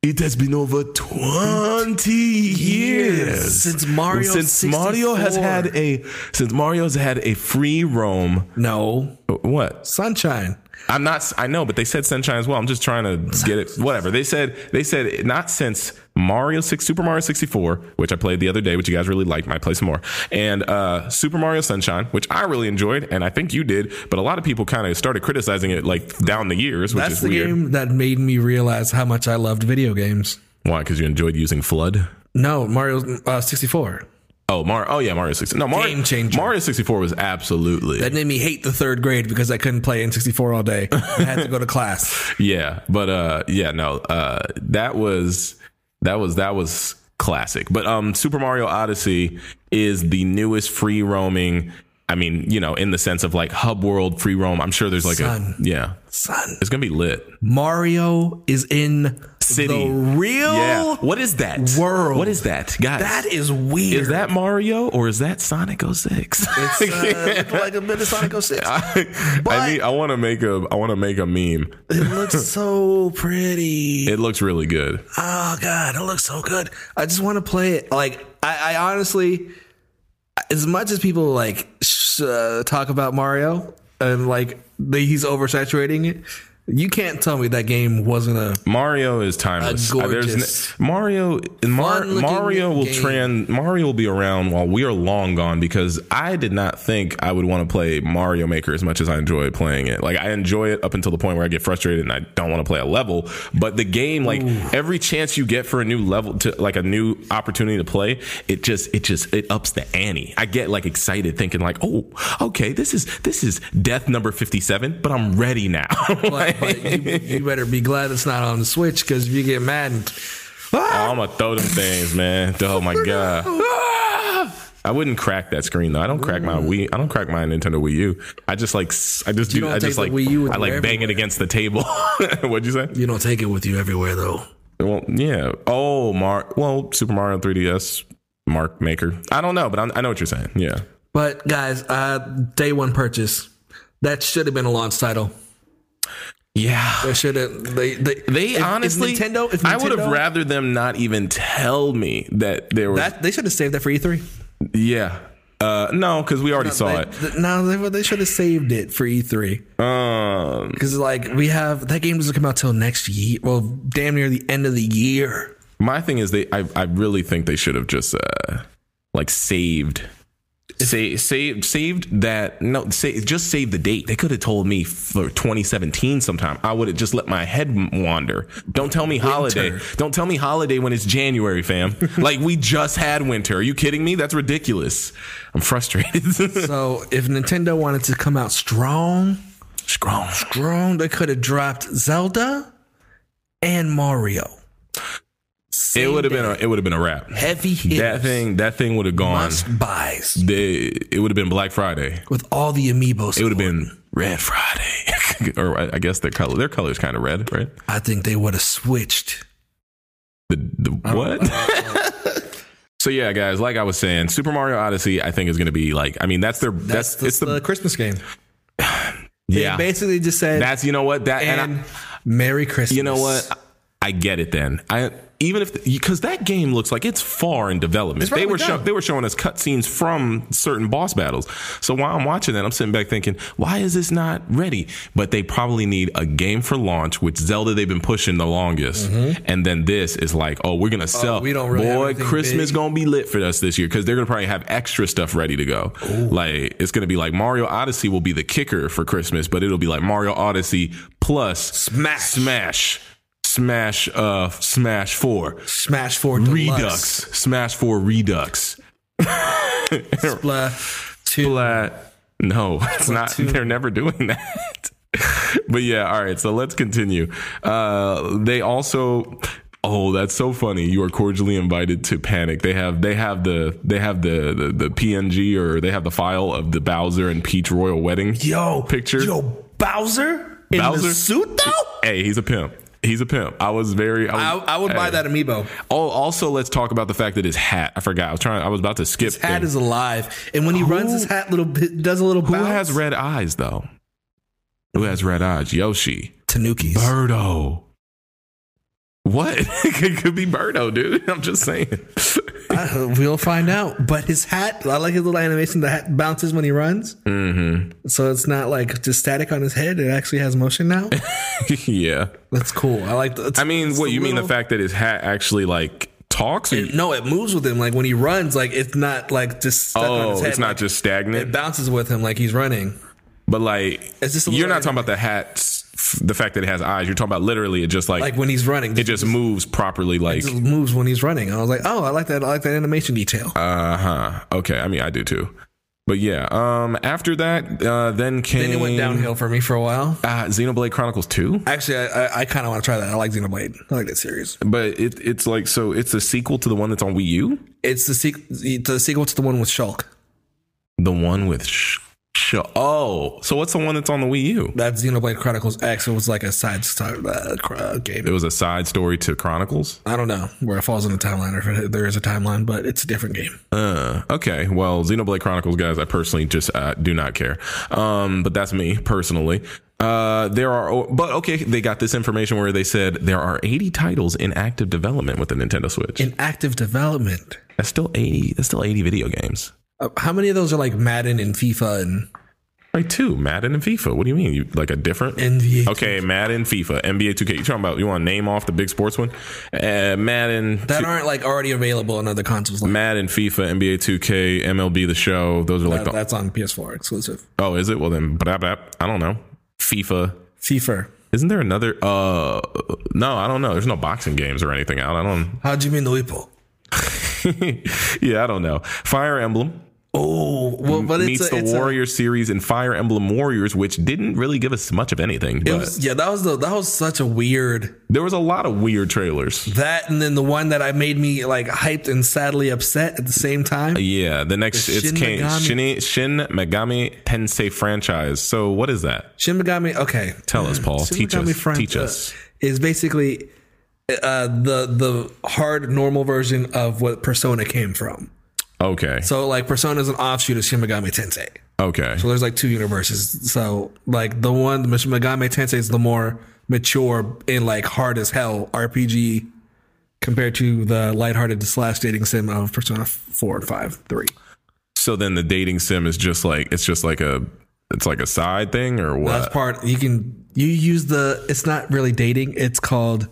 Speaker 1: It has been over 20 years
Speaker 3: Since Mario
Speaker 1: since Mario has
Speaker 3: 64.
Speaker 1: had a since Mario's had a free roam. uh,
Speaker 3: No
Speaker 1: What?
Speaker 3: sunshine.
Speaker 1: I'm not. I know, but they said Sunshine as well. I'm just trying to get it. Whatever they said. They said not since Mario Six, Super Mario 64, which I played the other day, which you guys really liked. Might play some more. And uh, Super Mario Sunshine, which I really enjoyed, and I think you did. But a lot of people kind of started criticizing it like down the years, which
Speaker 3: That's
Speaker 1: is
Speaker 3: the
Speaker 1: weird.
Speaker 3: game that made me realize how much I loved video games.
Speaker 1: Why? Because you enjoyed using Flood.
Speaker 3: No, Mario uh, 64.
Speaker 1: Oh, Mario. Oh yeah, Mario 64. No, Mario.
Speaker 3: Game changer.
Speaker 1: Mario 64 was absolutely.
Speaker 3: That made me hate the third grade because I couldn't play N64 all day. I had to go
Speaker 1: [LAUGHS]
Speaker 3: to class.
Speaker 1: Yeah, but uh yeah, no. Uh that was that was that was classic. But um Super Mario Odyssey is the newest free roaming I mean, you know, in the sense of like hub world free roam. I'm sure there's like
Speaker 3: Son.
Speaker 1: a yeah.
Speaker 3: Son,
Speaker 1: It's going to be lit.
Speaker 3: Mario is in
Speaker 1: City.
Speaker 3: the real
Speaker 1: Yeah. What is that?
Speaker 3: world.
Speaker 1: What is that? Guys.
Speaker 3: That is weird.
Speaker 1: is that Mario or is that Sonic 06?
Speaker 3: It's, uh, looked like a bit of Sonic 06?
Speaker 1: [LAUGHS] I mean, I want to make a I want to make a meme.
Speaker 3: It looks so pretty.
Speaker 1: It looks really good.
Speaker 3: Oh god, it looks so good. I just want to play it. Like I, I honestly, as much as people like sh- uh, talk about Mario and like they, he's oversaturating it, you can't tell me that game wasn't a
Speaker 1: Mario is timeless.
Speaker 3: A
Speaker 1: Uh, there's
Speaker 3: gorgeous,
Speaker 1: n- Mario. Mar-
Speaker 3: fun-looking
Speaker 1: Mario will
Speaker 3: game.
Speaker 1: trans. Mario will be around while we are long gone because I did not think I would want to play Mario Maker as much as I enjoy playing it. Like I enjoy it up until the point where I get frustrated and I don't want to play a level. But the game, like every chance you get for a new level to like a new opportunity to play, it just it just it ups the ante. I get like excited thinking like, oh, okay, this is this is death number fifty seven, but I'm ready now. [LAUGHS]
Speaker 3: but, but you, you better be glad it's not on the Switch because if you get maddened,
Speaker 1: Oh, I'm gonna throw them things, man. Oh my god. Ah! I wouldn't crack that screen though. I don't crack
Speaker 3: Mm.
Speaker 1: my Wii. I don't crack my Nintendo Wii U. I just like. s- I just do.
Speaker 3: don't
Speaker 1: I
Speaker 3: take
Speaker 1: just
Speaker 3: the
Speaker 1: like.
Speaker 3: Wii U with
Speaker 1: I
Speaker 3: you
Speaker 1: like bang it against the table. [LAUGHS] What'd you say?
Speaker 3: you don't take it with you everywhere though.
Speaker 1: Well, yeah. Oh, Mar. Well, Super Mario 3DS. Mark Maker. I don't know, but I'm, I know what you're saying. Yeah.
Speaker 3: But guys, uh, day one purchase. That should have been a launch title.
Speaker 1: Yeah.
Speaker 3: They should have. They they,
Speaker 1: They
Speaker 3: if- if
Speaker 1: honestly,
Speaker 3: Nintendo. If Nintendo,
Speaker 1: I would have rather them not even tell me that there was.
Speaker 3: that they should have saved that for E E3.
Speaker 1: yeah. Uh, no, because we already saw it.
Speaker 3: They- th- no, they, they should have saved it for E3
Speaker 1: Um,
Speaker 3: because like we have that game doesn't come out till next year. Well, damn near the end of the
Speaker 1: [LAUGHS]
Speaker 3: year.
Speaker 1: My thing is they I I really think they should have just uh like saved
Speaker 2: Say, save, saved that. No, say, just save the date. They could have told me for 2017 sometime. I would have just let my head m- wander. Don't tell me holiday. Don't tell me holiday when it's January, fam. like we just had winter. Are you kidding me? That's ridiculous. I'm frustrated. [LAUGHS]
Speaker 3: So if Nintendo wanted to come out strong,
Speaker 2: Strong.
Speaker 3: strong, they could have dropped Zelda and Mario.
Speaker 1: It would have been a, it would have been a wrap.
Speaker 3: Heavy hitters.
Speaker 1: That thing that thing would have gone.
Speaker 3: Must buys
Speaker 1: They, it would have been Black Friday.
Speaker 3: with all the amiibos.
Speaker 1: It would have been Red Friday, [LAUGHS] or I I guess their color their color's kind of red, right?
Speaker 3: I think they would have switched.
Speaker 1: The, the what? [LAUGHS] so yeah, guys, like I was saying, Super Mario Odyssey, I think is going to be like, I mean, that's their that's,
Speaker 3: That's the,
Speaker 1: it's the,
Speaker 3: the Christmas game.
Speaker 1: yeah.
Speaker 3: They basically just said
Speaker 1: that's you know what that and, I-
Speaker 3: and, Merry Christmas.
Speaker 1: you know what I get it then I. Even if because that game looks like it's far in development, they
Speaker 3: probably
Speaker 1: were show,
Speaker 3: done.
Speaker 1: they were showing us cutscenes from certain boss battles. So while I'm watching that, I'm sitting back thinking, why is this not ready? But they probably need a game for launch, which Zelda they've been pushing the longest, and then this is like, oh, we're gonna sell.
Speaker 3: Mm-hmm. Uh, we don't really have
Speaker 1: boy,
Speaker 3: anything
Speaker 1: Christmas
Speaker 3: big.
Speaker 1: gonna be lit for us this year because they're gonna probably have extra stuff ready to go. Like it's gonna be like Mario Odyssey will be the kicker for Christmas, but it'll be like Mario Odyssey plus
Speaker 3: Smash.
Speaker 1: smash, smash, uh, smash four
Speaker 3: Smash Four Deluxe.
Speaker 1: redux, smash four redux. [LAUGHS]
Speaker 3: Splat. Two.
Speaker 1: Flat. Uh, No, [LAUGHS] it's not. They're never doing that. [LAUGHS] but yeah, all right. So let's continue. Uh, they also. Oh, that's so funny! You are cordially invited to Panic. They have they have the they have the the, the PNG or they have the file of the Bowser and Peach royal wedding.
Speaker 3: Yo.
Speaker 1: Picture.
Speaker 3: Yo, Bowser in
Speaker 1: Bowser?
Speaker 3: the suit though.
Speaker 1: Hey, he's a pimp. He's a pimp. I was very.
Speaker 3: I,
Speaker 1: was-
Speaker 3: I would
Speaker 1: hey.
Speaker 3: buy that amiibo.
Speaker 1: Oh, also let's talk about the fact that his hat. I forgot. I was trying. I was about to skip.
Speaker 3: His hat
Speaker 1: things.
Speaker 3: is alive, and when he runs his hat, little bit, does a little.
Speaker 1: Who has red eyes though? Who has red eyes? Yoshi.
Speaker 3: Tanukis?
Speaker 1: Birdo. What? [LAUGHS] it could be Birdo, dude. [LAUGHS] I'm just saying.
Speaker 3: Uh, we'll find out. But his hat, I like his little animation. The hat bounces when he runs, mm-hmm. so it's not like just static on his head. It actually has
Speaker 1: [LAUGHS]
Speaker 3: motion now.
Speaker 1: yeah.
Speaker 3: That's cool. I like. The, it's-
Speaker 1: I mean,
Speaker 3: it's
Speaker 1: what
Speaker 3: a
Speaker 1: you mean the
Speaker 3: little-
Speaker 1: fact that his hat actually like talks? Or you-
Speaker 3: No, it moves with him. Like when he runs, like it's not like just. Stuck on his
Speaker 1: oh,
Speaker 3: head.
Speaker 1: it's not
Speaker 3: Like,
Speaker 1: just
Speaker 3: It
Speaker 1: stagnant.
Speaker 3: bounces with him like he's running.
Speaker 1: but like,
Speaker 3: It's just a
Speaker 1: you're
Speaker 3: little
Speaker 1: not talking about the hat, the fact that it has eyes. You're talking about literally it just like,
Speaker 3: Like when he's running,
Speaker 1: it just moves properly. Like,
Speaker 3: just moves when he's running. I was like, oh, I like that. I like that animation detail.
Speaker 1: uh huh. Okay. I mean, I do too. But yeah. Um. After that, uh, then came
Speaker 3: then it went
Speaker 1: Um,
Speaker 3: downhill for me for a while.
Speaker 1: Uh, Xenoblade Chronicles Two.
Speaker 3: Actually, I, I, I kind of want to try that. I like Xenoblade. I like that series.
Speaker 1: But it, it's like so it's a sequel to the one that's on Wii U,
Speaker 3: It's the, sequ- the sequel to the one with Shulk.
Speaker 1: the one with sh- sh- oh. So what's the one that's on the Wii U?
Speaker 3: That Xenoblade Chronicles X it was like a side star, uh, cr- uh,
Speaker 1: It
Speaker 3: game.
Speaker 1: was a side story to Chronicles.
Speaker 3: I don't know where it falls in the timeline or if it- there is a timeline, but it's a different game.
Speaker 1: Uh, okay. Well, Xenoblade Chronicles, guys, I personally just uh, do not care. Um, but that's me personally. Uh, there are, oh, but okay, they got this information where they said there are 80 titles in active development with the Nintendo Switch.
Speaker 3: In active development,
Speaker 1: That's still 80. That's still 80 video games.
Speaker 3: uh, how many of those are like Madden and FIFA and
Speaker 1: Right, two Madden and FIFA. What do you mean? You like a different
Speaker 3: NBA?
Speaker 1: Okay, Madden, FIFA, NBA 2K. You talking about you want to name off the big sports one? Uh, Madden,
Speaker 3: That aren't like already available on other consoles. Like
Speaker 1: Madden, FIFA, NBA 2K, MLB The Show. Those are like
Speaker 3: that, that's on PS4 exclusive.
Speaker 1: the oh, is it? Well then, blah, blah, I don't know. FIFA.
Speaker 3: FIFA.
Speaker 1: Isn't there another? Uh, no, I don't know. There's no boxing games or anything out. I don't.
Speaker 3: How do you mean the people?
Speaker 1: yeah, I don't [LAUGHS] know. Fire Emblem
Speaker 3: Oh, well, but it's
Speaker 1: meets
Speaker 3: a, it's
Speaker 1: the
Speaker 3: a-
Speaker 1: Warrior series and Fire Emblem Warriors, which didn't really give us much of anything.
Speaker 3: it
Speaker 1: But
Speaker 3: was- yeah, that was the that was such a weird
Speaker 1: there was a lot of weird trailers.
Speaker 3: that, and then the one that I made me like hyped and sadly upset at the same time.
Speaker 1: Yeah, the next it's
Speaker 3: Shin
Speaker 1: came,
Speaker 3: Megami-
Speaker 1: Shin, Shin Megami Tensei franchise. So what is that?
Speaker 3: Shin Megami. Okay,
Speaker 1: Tell us, Paul.
Speaker 3: Shin
Speaker 1: teach
Speaker 3: Megami
Speaker 1: us.
Speaker 3: Front,
Speaker 1: teach
Speaker 3: uh,
Speaker 1: us.
Speaker 3: is basically uh, the the hard normal version of what Persona came from.
Speaker 1: Okay.
Speaker 3: So like Persona is an offshoot of Shin Megami Tensei.
Speaker 1: okay.
Speaker 3: So there's like two universes. So like the one the Shin Megami Tensei is the more mature and like hard as hell RPG compared to the lighthearted slash dating sim of Persona four and five three.
Speaker 1: So then the dating sim is just like it's just like a it's like a side thing or what?
Speaker 3: That's part you can you use the it's not [LAUGHS] really dating, it's called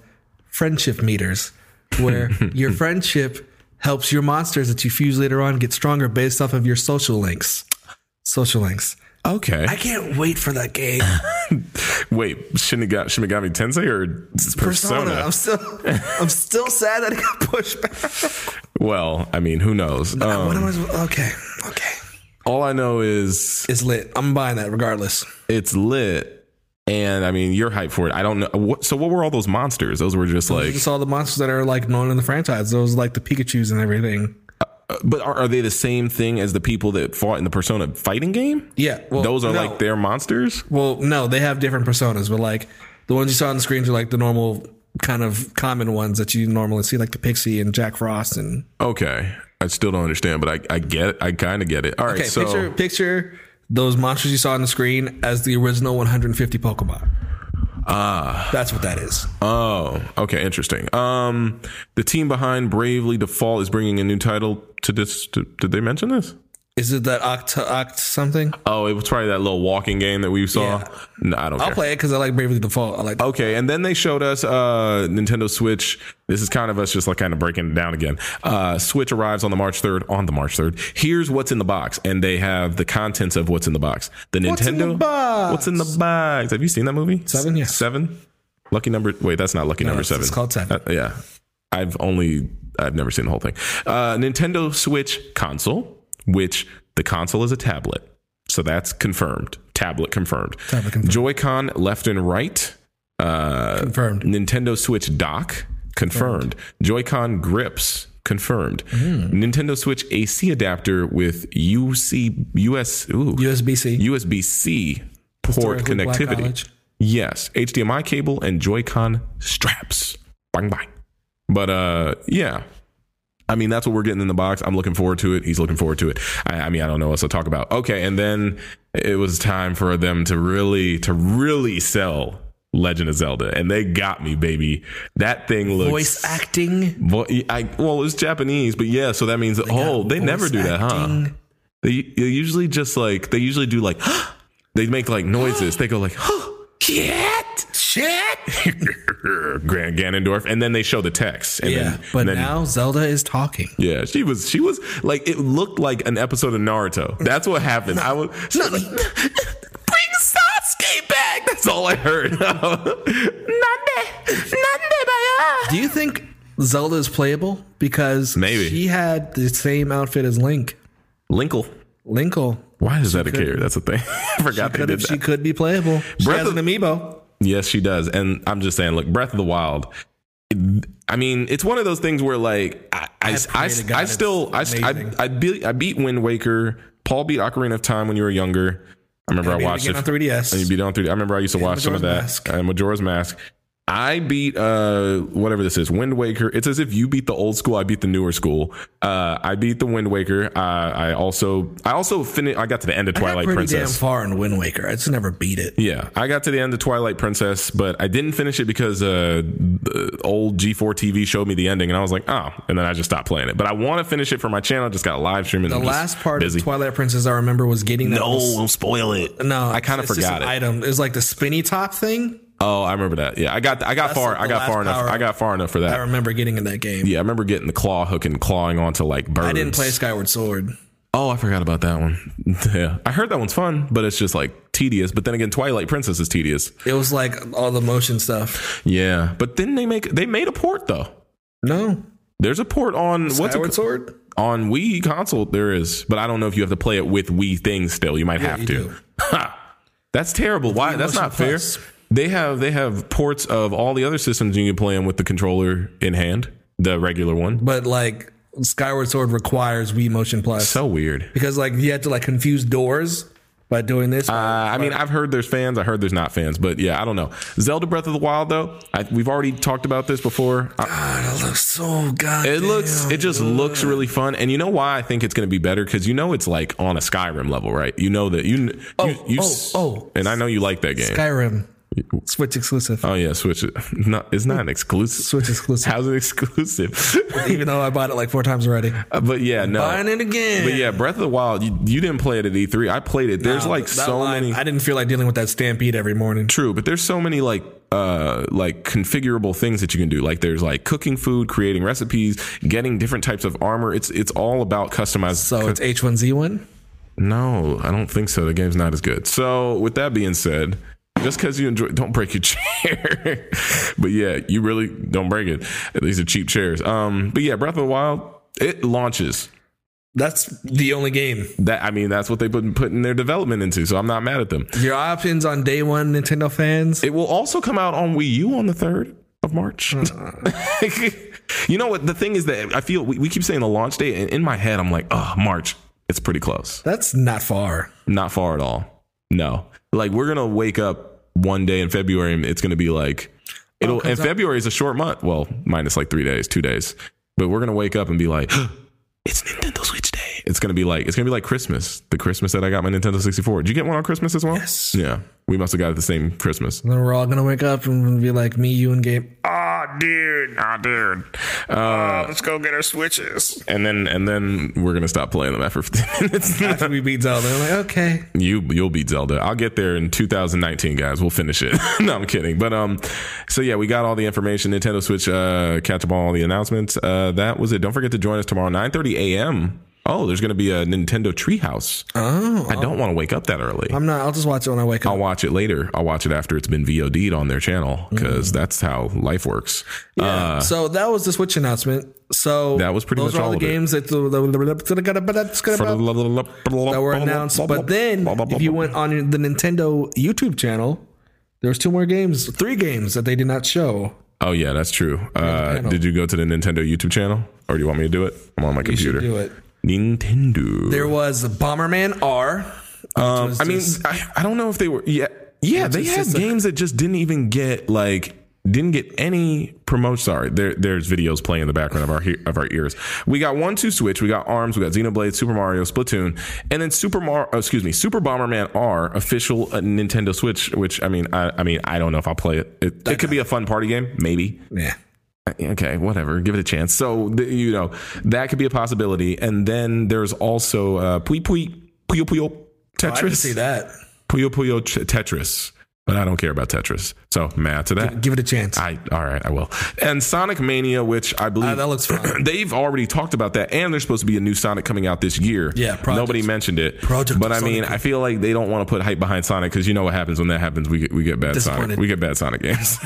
Speaker 3: friendship meters where your friendship helps your monsters that you fuse later on get stronger based off of your social links. Social links.
Speaker 1: Okay.
Speaker 3: I can't wait for that game.
Speaker 1: Wait, Shinigami, Shinigami Tensei or Persona?
Speaker 3: I'm still, [LAUGHS] I'm still sad that it got pushed back.
Speaker 1: Well, I mean, who knows? Um,
Speaker 3: what am I? Okay, okay.
Speaker 1: all I know is
Speaker 3: It's lit. I'm buying that regardless.
Speaker 1: it's lit, and I mean, you're hyped for it. I don't know. What, so, what were all those monsters? Those were just like,
Speaker 3: It's all the monsters that are like known in the franchise. Those like the Pikachu's and everything.
Speaker 1: but are, are they the same thing as the people that fought in the Persona fighting game?
Speaker 3: Yeah, well,
Speaker 1: Those are
Speaker 3: no.
Speaker 1: like their monsters.
Speaker 3: Well, no, they have different personas, but like the ones you saw on the screens are like the normal kind of common ones that you normally see, like the Pixie and Jack Frost and
Speaker 1: Okay, I still don't understand, but I, I get it. I kind of get it. All right,
Speaker 3: Okay,
Speaker 1: so
Speaker 3: picture picture those monsters you saw on the screen as the original 150 Pokemon. Ah, that's what that is.
Speaker 1: Oh, okay, interesting. Um, the team behind Bravely Default is bringing a new title to this. To, did they mention this?
Speaker 3: Is it that Oct Oct something?
Speaker 1: Oh, it was probably that little walking game that we saw.
Speaker 3: Yeah.
Speaker 1: No, I don't
Speaker 3: I'll
Speaker 1: care.
Speaker 3: play it because I like Bravely Default. I like.
Speaker 1: Okay, and then they showed us uh, Nintendo Switch. This is kind of us just like kind of breaking it down again. Uh, Switch arrives on the March third. On the March third, here's what's in the box, and they have the contents of what's in the box. The Nintendo.
Speaker 3: in the box?
Speaker 1: What's in the box? Have you seen that movie?
Speaker 3: Seven, yeah.
Speaker 1: Seven. Lucky number. Wait, that's not lucky number
Speaker 3: it's-
Speaker 1: seven.
Speaker 3: it's called Seven.
Speaker 1: Uh, yeah, I've only I've never seen the whole thing. Uh, Nintendo Switch console, which the console is a tablet, so that's confirmed. Tablet confirmed.
Speaker 3: Tablet confirmed.
Speaker 1: Joy-Con left and right. Uh,
Speaker 3: Confirmed.
Speaker 1: Nintendo Switch dock confirmed. Joy-Con grips confirmed. Nintendo Switch AC adapter with UC US ooh,
Speaker 3: USB C.
Speaker 1: USB-C port connectivity. Yes, HDMI cable and Joy-Con straps. Bang bang. But uh, yeah. I mean, that's what we're getting in the box. I'm looking forward to it. He's looking forward to it. I, I mean, I don't know what else to talk about. Okay, and then it was time for them to really, to really sell Legend of Zelda, and they got me, baby. That thing looks
Speaker 3: Voice acting.
Speaker 1: Vo- I, well, it's Japanese, but yeah, so that means oh, they
Speaker 3: voice
Speaker 1: never do that, huh?
Speaker 3: acting.
Speaker 1: They, they usually just like they usually do like [GASPS] they make like noises. they go like [GASPS] shit, [LAUGHS] shit, Grand Ganondorf, and then they show the text. And
Speaker 3: Yeah,
Speaker 1: then,
Speaker 3: but
Speaker 1: and then-
Speaker 3: now Zelda is talking.
Speaker 1: yeah, she was she was like it looked like an episode of Naruto. That's what happened. I was she was
Speaker 3: [LAUGHS]
Speaker 1: like, bring Sasuke back. That's all I heard. [LAUGHS] Nande, Nande,
Speaker 3: Do you think Zelda is playable? Because
Speaker 1: Maybe.
Speaker 3: she had the same outfit as Link.
Speaker 1: Linkle.
Speaker 3: Linkle.
Speaker 1: Why is that a character? That's a thing. [LAUGHS] I forgot they
Speaker 3: But
Speaker 1: did
Speaker 3: if
Speaker 1: that.
Speaker 3: she could be playable, she
Speaker 1: Breath
Speaker 3: has
Speaker 1: of-
Speaker 3: an amiibo.
Speaker 1: Yes, she does. And I'm just saying, look, Breath of the Wild. it- I mean, it's one of those things where like I, I, I,
Speaker 3: pray to God
Speaker 1: I
Speaker 3: it's
Speaker 1: still I, I,
Speaker 3: amazing.
Speaker 1: I beat I beat Wind Waker. Paul beat Ocarina of Time when you were younger. I remember I,
Speaker 3: Beat it
Speaker 1: watched
Speaker 3: again
Speaker 1: it.
Speaker 3: on 3DS.
Speaker 1: And you beat it on 3D. I remember I used to watch some of
Speaker 3: Majora's
Speaker 1: that.
Speaker 3: Mask.
Speaker 1: Uh, Majora's Mask. I beat uh whatever this is, Wind Waker. It's as if you beat the old school, I beat the newer school. Uh I beat the Wind Waker. Uh, I also I also finished I got to the end of
Speaker 3: I got
Speaker 1: Twilight
Speaker 3: pretty
Speaker 1: Princess.
Speaker 3: damn far in Wind Waker. I just never beat it.
Speaker 1: Yeah, I got to the end of Twilight Princess, but I didn't finish it because uh, the old G4 TV showed me the ending, and I was like, oh, and then I just stopped playing it. But I want to finish it for my channel. Just got a live stream. And
Speaker 3: The
Speaker 1: I'm just
Speaker 3: last part
Speaker 1: busy.
Speaker 3: of Twilight Princess I remember was getting that.
Speaker 1: Oh, don't spoil it.
Speaker 3: no,
Speaker 1: I kinda forgot it.
Speaker 3: Item. It was like the spinny top thing.
Speaker 1: Oh, I remember that. Yeah, I got I got far.
Speaker 3: the
Speaker 1: I got
Speaker 3: last
Speaker 1: far enough.
Speaker 3: power
Speaker 1: I got far enough for
Speaker 3: I
Speaker 1: that.
Speaker 3: remember getting in that game.
Speaker 1: Yeah, I remember getting the claw hook and clawing onto like birds.
Speaker 3: I didn't play Skyward Sword.
Speaker 1: Oh, I forgot about that one. [LAUGHS] yeah, I heard that one's fun, but it's just like tedious. But then again, Twilight Princess is tedious.
Speaker 3: It was like all the motion stuff.
Speaker 1: Yeah, but then they make they made a port though.
Speaker 3: No,
Speaker 1: There's a port on what's it
Speaker 3: Skyward Sword.
Speaker 1: on Wii console there is, but I don't know if you have to play it with Wii things still. You might have
Speaker 3: you
Speaker 1: to.
Speaker 3: do.
Speaker 1: Ha! That's terrible. Why? That's not
Speaker 3: Motion
Speaker 1: fair.
Speaker 3: Plus.
Speaker 1: They have they have ports of all the other systems you can play them with the controller in hand, the regular one.
Speaker 3: but like Skyward Sword requires Wii Motion Plus
Speaker 1: So weird.
Speaker 3: because like you had to like confuse doors by doing this.
Speaker 1: Uh, I mean, I've heard there's fans. I heard there's not fans, but yeah, I don't know. Zelda Breath of the Wild, though, I, we've already talked about this before. I-
Speaker 3: God, it looks so god.
Speaker 1: It looks, it just looks really fun, and you know why I think it's going to be better because you know it's like on a Skyrim level, right? You know that you, you, you
Speaker 3: oh,
Speaker 1: s-
Speaker 3: oh.
Speaker 1: and I know you like that game.
Speaker 3: Skyrim Switch exclusive.
Speaker 1: Oh yeah, Switch. [LAUGHS] Not it's not an exclusive.
Speaker 3: Switch exclusive.
Speaker 1: How's it exclusive? [LAUGHS]
Speaker 3: Even though I bought it like four times already.
Speaker 1: Uh, but yeah, no.
Speaker 3: Buying it again.
Speaker 1: But yeah, Breath of the Wild. You, you didn't play it at E3. I played it. There's
Speaker 3: Nah,
Speaker 1: like
Speaker 3: that
Speaker 1: so
Speaker 3: line,
Speaker 1: many.
Speaker 3: I didn't feel like dealing with that stampede every morning.
Speaker 1: True, but there's so many like uh, like configurable things that you can do. Like there's like cooking food, creating recipes, getting different types of armor. It's it's all about customized.
Speaker 3: So it's H1Z1.
Speaker 1: no, I don't think so. The game's not as good. So with that being said, just because you enjoy, don't break your [LAUGHS] chair. but yeah, you really don't break it. These are cheap chairs. Um, but yeah, Breath of the Wild it launches.
Speaker 3: That's the only game.
Speaker 1: That I mean, that's what they've been putting their development into. So I'm not mad at them.
Speaker 3: Your options on day one, Nintendo fans.
Speaker 1: It will also come out on Wii U on the 3rd of March. [LAUGHS] you know what? The thing is that I feel we, we keep saying the launch date, and in my head, I'm like, oh, March. It's pretty close.
Speaker 3: That's not far.
Speaker 1: Not far at all. No. Like, we're going to wake up one day in February, and it's going to be like, it'll, and February is a short month. Well, minus like three days, two days. But we're going to wake up and be like, [GASPS] it's Nintendo Switch Day. It's gonna be like it's gonna be like Christmas, the Christmas that I got my Nintendo 64. Did you get one on Christmas as well?
Speaker 3: Yes.
Speaker 1: Yeah, we must have got it the same Christmas.
Speaker 3: Then we're all gonna wake up and be like, me, you, and Gabe.
Speaker 1: Ah, dude.
Speaker 3: Ah,
Speaker 1: Uh,
Speaker 2: Let's go get our switches.
Speaker 1: and then and then we're gonna stop playing them after 15 [LAUGHS] minutes.
Speaker 3: [LAUGHS] After we beat Zelda, I'm like, okay.
Speaker 1: you you'll beat Zelda. I'll get there in 2019, guys. We'll finish it. [LAUGHS] no, I'm kidding. But um, so yeah, we got all the information. Nintendo Switch, uh, catch up on all the announcements. Uh, that was it. Don't forget to join us tomorrow 9:30 a.m. Oh, there's gonna be a Nintendo Treehouse. Oh, I don't want to wake up that early.
Speaker 3: I'm not. I'll just watch it when I wake up.
Speaker 1: I'll watch it later. I'll watch it after it's been VOD'd on their channel because that's how life works.
Speaker 3: Mm. Yeah. so that was the Switch announcement. So
Speaker 1: Oh, uh. That was pretty
Speaker 3: those
Speaker 1: much
Speaker 3: are
Speaker 1: all
Speaker 3: all
Speaker 1: of
Speaker 3: the
Speaker 1: it.
Speaker 3: games that that
Speaker 1: that
Speaker 3: were announced. But then, if you went on the Nintendo YouTube channel, there was two more games, three games that they did not show.
Speaker 1: Oh yeah, that's true. Uh,
Speaker 3: panel.
Speaker 1: did you go to the Nintendo YouTube channel, or do you want me to do it? I'm on my
Speaker 3: You should
Speaker 1: computer.
Speaker 3: do it.
Speaker 1: Nintendo.
Speaker 3: There was Bomberman R.
Speaker 1: um, I mean, I, I don't know if they were. Yeah, yeah, they
Speaker 3: just-
Speaker 1: had
Speaker 3: it's a-
Speaker 1: games that just didn't even get like didn't get any promotion. Sorry, there there's videos playing in the background of our he- of our ears. We got one two switch. We got arms. We got Xenoblade, Super Mario, Splatoon, and then Super Mar. oh, excuse me, Super Bomberman R official uh, Nintendo Switch. Which I mean, I, I mean, I don't know if I'll play it. It, it could be a fun party game, maybe
Speaker 3: Yeah.
Speaker 1: Uh, okay, whatever, give it a chance. So th- you know that could be a possibility. And then there's also uh, Puyo Puyo Puyo Puyo
Speaker 3: Oh, I didn't see
Speaker 1: Tetris,
Speaker 3: that.
Speaker 1: Puyo Puyo Ch- Tetris. But I don't care about Tetris, so mad to that.
Speaker 3: Give it a chance.
Speaker 1: I all right, I will. And Sonic Mania, which I believe
Speaker 3: Uh, that looks
Speaker 1: [CLEARS THROAT]
Speaker 3: fun.
Speaker 1: they've already talked about that, and there's supposed to be a new Sonic coming out this year.
Speaker 3: Yeah, Project-
Speaker 1: nobody mentioned it.
Speaker 3: Project
Speaker 1: but I mean,
Speaker 3: Sonic.
Speaker 1: I feel like they don't want to put hype behind Sonic because you know what happens when that happens. We get, we get bad Sonic.
Speaker 3: Disappointed.
Speaker 1: We get bad Sonic games.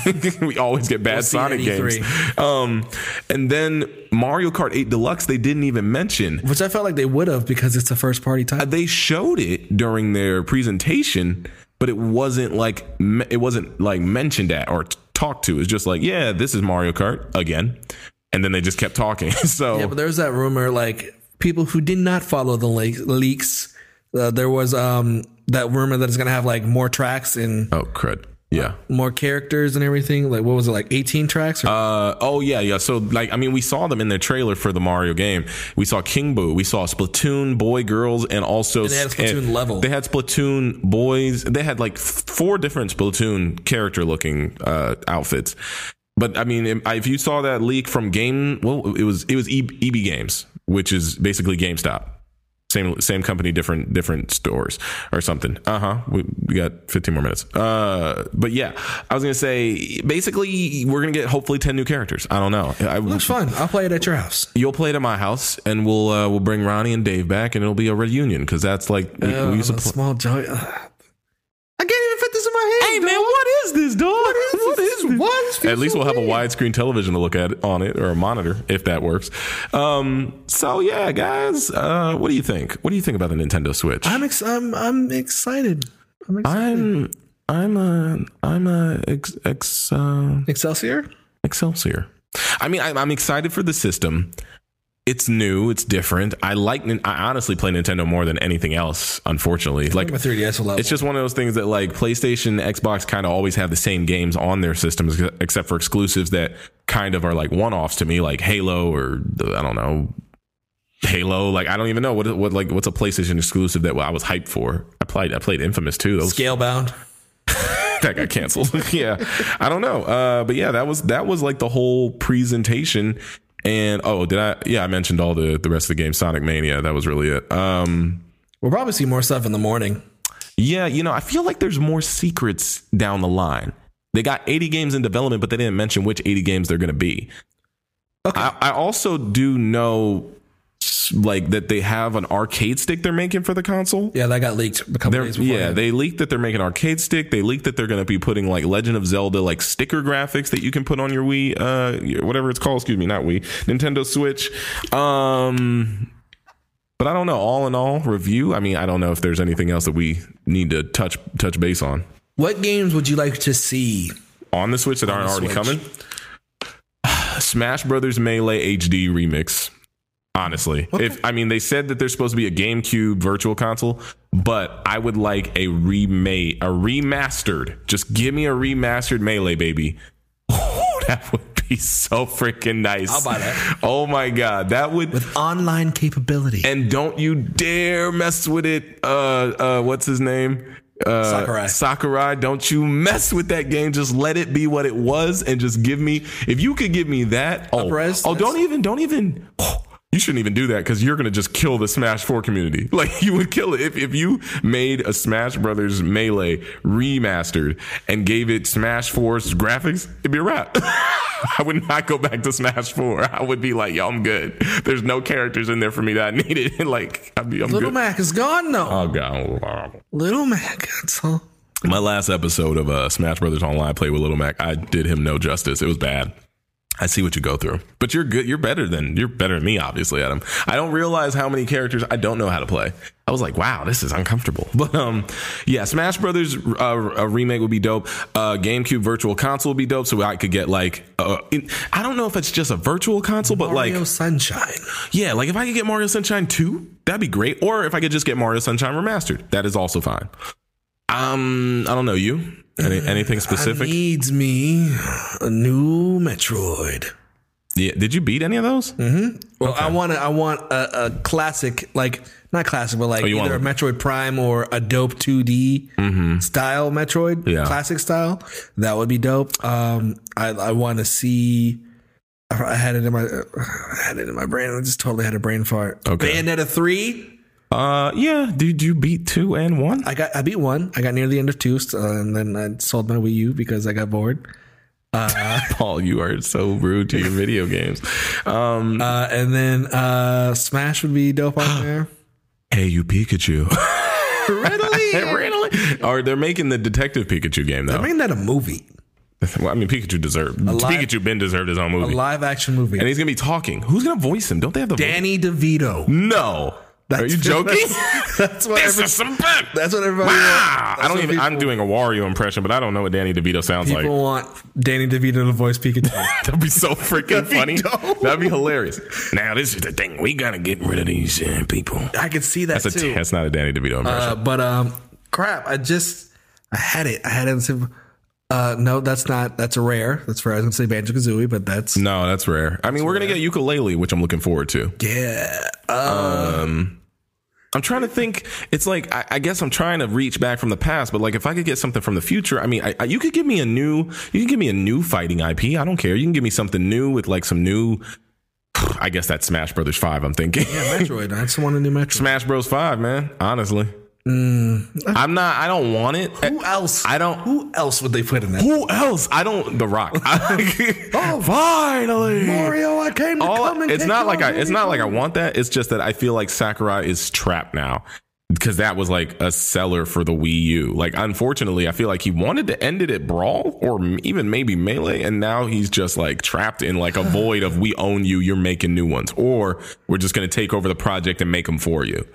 Speaker 1: [LAUGHS] we always get bad
Speaker 3: see E it at
Speaker 1: Sonic games.
Speaker 3: E3.
Speaker 1: Um, and then Mario Kart 8 Deluxe, they didn't even mention
Speaker 3: Which I felt like they would have because it's a first party title.
Speaker 1: they showed it during their presentation, but it wasn't like me- it wasn't like mentioned at or t- talked to. It's just like, yeah, this is Mario Kart again, and then they just kept talking. [LAUGHS] so
Speaker 3: Yeah, but there's that rumor like people who did not follow the le- leaks. Uh, there was um that rumor that it's gonna have like more tracks and
Speaker 1: oh crud, yeah.
Speaker 3: more characters and everything. Like what was it like 18 tracks? Or,
Speaker 1: Uh, oh yeah, yeah. So like, I mean, we saw them in their trailer for the Mario game. We saw King Boo, we saw Splatoon boy, girls, and also
Speaker 3: they had a Splatoon
Speaker 1: and
Speaker 3: level.
Speaker 1: They had Splatoon boys. They had like f- four different Splatoon character looking uh, outfits. But I mean, if- if you saw that leak from Game, well, it was it was E- EB Games, which is basically GameStop. Same same company, different different stores or something. Uh huh. We, we got 15 more minutes. Uh, but yeah, I was gonna say basically we're gonna get hopefully 10 new characters. I don't know. I,
Speaker 3: Looks fun. I'll play it at your house.
Speaker 1: You'll play it at my house, and we'll uh, we'll bring Ronnie and Dave back, and it'll be a reunion because that's like we,
Speaker 3: Oh,
Speaker 1: we used to
Speaker 3: a
Speaker 1: play.
Speaker 3: small joy. Ugh. I can't even fit this in my head.
Speaker 1: Hey man, what is this, dog? What is this?
Speaker 3: What?
Speaker 1: At least we'll have a widescreen television to look at on it or a monitor if that works. Um, so yeah, guys, uh, what do you think? What do you think about the Nintendo Switch?
Speaker 3: I'm ex- I'm I'm excited. I'm excited.
Speaker 1: I'm I'm a I'm a ex, ex uh,
Speaker 3: Excelsior.
Speaker 1: Excelsior. I mean, I'm, I'm excited for the system. It's new. It's different. I like. Nin- I honestly play Nintendo more than anything else. Unfortunately, like
Speaker 3: I'm a 3DS level.
Speaker 1: it's just one of those things that like PlayStation, Xbox kind of always have the same games on their systems, ex- except for exclusives that kind of are like one offs to me, like Halo or the- I don't know. Halo, like I don't even know what what like what's a PlayStation exclusive that I was hyped for. I played I played Infamous too. Those
Speaker 3: Scalebound.
Speaker 1: that got canceled. [LAUGHS] yeah, I don't know. Uh, but yeah, that was that was like the whole presentation. And oh, did I? Yeah, I mentioned all the the rest of the game. Sonic Mania. That was really it. Um,
Speaker 3: We'll probably see more stuff in the morning.
Speaker 1: yeah, you know, I feel like there's more secrets down the line. They got 80 games in development, but they didn't mention which 80 games they're going to be. Okay. I, I also do know s- like that they have an arcade stick they're making for the console.
Speaker 3: Yeah, that got leaked a couple
Speaker 1: They're-
Speaker 3: days before.
Speaker 1: yeah, they leaked that they're making arcade stick. They leaked that they're going to be putting like Legend of Zelda like sticker graphics that you can put on your Wii, uh, your- whatever it's called. Excuse me, not Wii, Nintendo Switch. Um, but I don't know. All in all, review. I mean, I don't know if there's anything else that we need to touch touch base on
Speaker 3: What games would you like to see?
Speaker 1: on the Switch that aren't
Speaker 3: the
Speaker 1: already
Speaker 3: Switch.
Speaker 1: coming. Smash Brothers Melee HD remix. Honestly, if I mean, they said that there's supposed to be a GameCube Virtual Console, but I would like a remake, a remastered. Just give me a remastered Melee, baby. [LAUGHS] that would be so freaking nice.
Speaker 3: I'll buy that.
Speaker 1: Oh my god, that would
Speaker 3: Online capability.
Speaker 1: and don't you dare mess with it. Uh, uh, what's his name? Uh,
Speaker 3: Sakurai.
Speaker 1: Sakurai, don't you mess with that game. Just let it be what it was, and just give me. If you could give me that, oh,
Speaker 3: res,
Speaker 1: oh, don't
Speaker 3: that's-
Speaker 1: even, don't even. you shouldn't even do that because you're gonna just kill the Smash Four community. [LAUGHS] Like you would kill it if if you made a Smash Brothers Melee remastered and gave it Smash 4's graphics. It'd be a wrap. [LAUGHS] I would not go back to Smash Four. I would be like, yo, I'm good. There's no characters in there for me that I [LAUGHS] needed. like I'd be, I'm
Speaker 3: Little
Speaker 1: good.
Speaker 3: Mac is gone though.
Speaker 1: Oh god.
Speaker 3: Little Mac. That's all.
Speaker 1: My last episode of uh, Smash Brothers Online I played with Little Mac. I did him no justice. It was bad. I see what you go through, but you're good. You're better than you're better than me, obviously, Adam. I don't realize how many characters I don't know how to play. I was like, wow, this is uncomfortable. [LAUGHS] But um, yeah, Smash Brothers uh, a remake would be dope. Uh, GameCube Virtual Console would be dope, so I could get like, uh, in, I don't know if it's just a Virtual Console, but like
Speaker 3: Mario Sunshine.
Speaker 1: yeah, like if I could get Mario Sunshine 2, that'd be great. Or if I could just get Mario Sunshine remastered, that is also fine. Um, I don't know you. Any, anything specific?
Speaker 3: Mm, I needs me a new Metroid.
Speaker 1: yeah, did you beat any of those?
Speaker 3: Mm. Well, I want to. I want a, a classic, like not classic, but like
Speaker 1: Oh, you want Mm-hmm.
Speaker 3: either a Metroid Prime or a dope 2D style Metroid,
Speaker 1: Yeah.
Speaker 3: classic style. That would be dope. Um, I, I want to see. I had it in my, I had it in my brain. I just totally had a brain fart.
Speaker 1: Okay.
Speaker 3: Bayonetta three.
Speaker 1: Uh, yeah. Did you beat 2 and 1?
Speaker 3: I got. I beat one. I got near the end of two, so, and then I sold my Wii U because I got bored.
Speaker 1: Paul, you are so rude
Speaker 3: [LAUGHS]
Speaker 1: to your video games. Um,
Speaker 3: Uh, and then uh, Smash would be
Speaker 1: [GASPS]
Speaker 3: dope on there.
Speaker 1: hey, you Pikachu. [LAUGHS]
Speaker 3: [LAUGHS] Really?
Speaker 1: really? Or they're making the Detective Pikachu game, though.
Speaker 3: I mean that a movie,
Speaker 1: well, I mean, Pikachu deserved.
Speaker 3: live-
Speaker 1: Pikachu been deserved his own
Speaker 3: a
Speaker 1: movie.
Speaker 3: live action movie.
Speaker 1: and he's going to be talking. Who's going to voice him? Don't they have the voice?
Speaker 3: Danny DeVito.
Speaker 1: No. Are
Speaker 3: [LAUGHS]
Speaker 1: you joking?
Speaker 3: That's, that's what.
Speaker 1: this
Speaker 3: every-
Speaker 1: is some bad.
Speaker 3: that's what everybody.
Speaker 1: Ah,
Speaker 3: wants.
Speaker 1: I don't
Speaker 3: That's
Speaker 1: even.
Speaker 3: what
Speaker 1: I'm doing a Wario impression, but I don't know what Danny DeVito sounds
Speaker 3: People
Speaker 1: like.
Speaker 3: want Danny DeVito to voice
Speaker 1: [LAUGHS]
Speaker 3: Pikachu.
Speaker 1: That'd be
Speaker 3: [LAUGHS]
Speaker 1: so freaking funny. That'd be hilarious. Now this is the thing. We gotta get rid of these uh, people.
Speaker 3: I could see that
Speaker 1: That's a.
Speaker 3: too.
Speaker 1: That's not a Danny DeVito impression.
Speaker 3: Uh, but um, crap. I just I had it. I had it. Uh, no, that's not. That's a rare. That's rare. I was gonna say Banjo Kazooie, but that's
Speaker 1: no, that's rare. I mean, we're gonna get ukulele, which I'm looking forward to.
Speaker 3: yeah.
Speaker 1: I'm trying to think. It's like I, I guess I'm trying to reach back from the past, but like if I could get something from the future, I mean, I, I, you could give me a new, you can give me a new fighting IP. I don't care. You can give me something new with like some new. [SIGHS] I guess that's Smash Brothers Five. I'm thinking.
Speaker 3: Metroid. I just want a new Metroid.
Speaker 1: Smash Bros. Five, man. Honestly, I'm not. I don't want it.
Speaker 3: Who else?
Speaker 1: I don't. Who,
Speaker 3: who else would they put in that?
Speaker 1: else? I don't. The Rock. [LAUGHS] oh, finally.
Speaker 3: Mario, I came to
Speaker 1: All-
Speaker 3: come and
Speaker 1: Oh, it's
Speaker 3: take
Speaker 1: not
Speaker 3: your
Speaker 1: like I. It's not
Speaker 3: baby.
Speaker 1: like I want that. It's just that I feel like Sakurai is trapped now because that was like a seller for the Wii U. Like, unfortunately, I feel like he wanted to end it at Brawl or m- even maybe Melee, and now he's just like trapped in
Speaker 3: [SIGHS]
Speaker 1: like a void of we own you. You're making new ones, or we're just gonna take over the project and make them for you.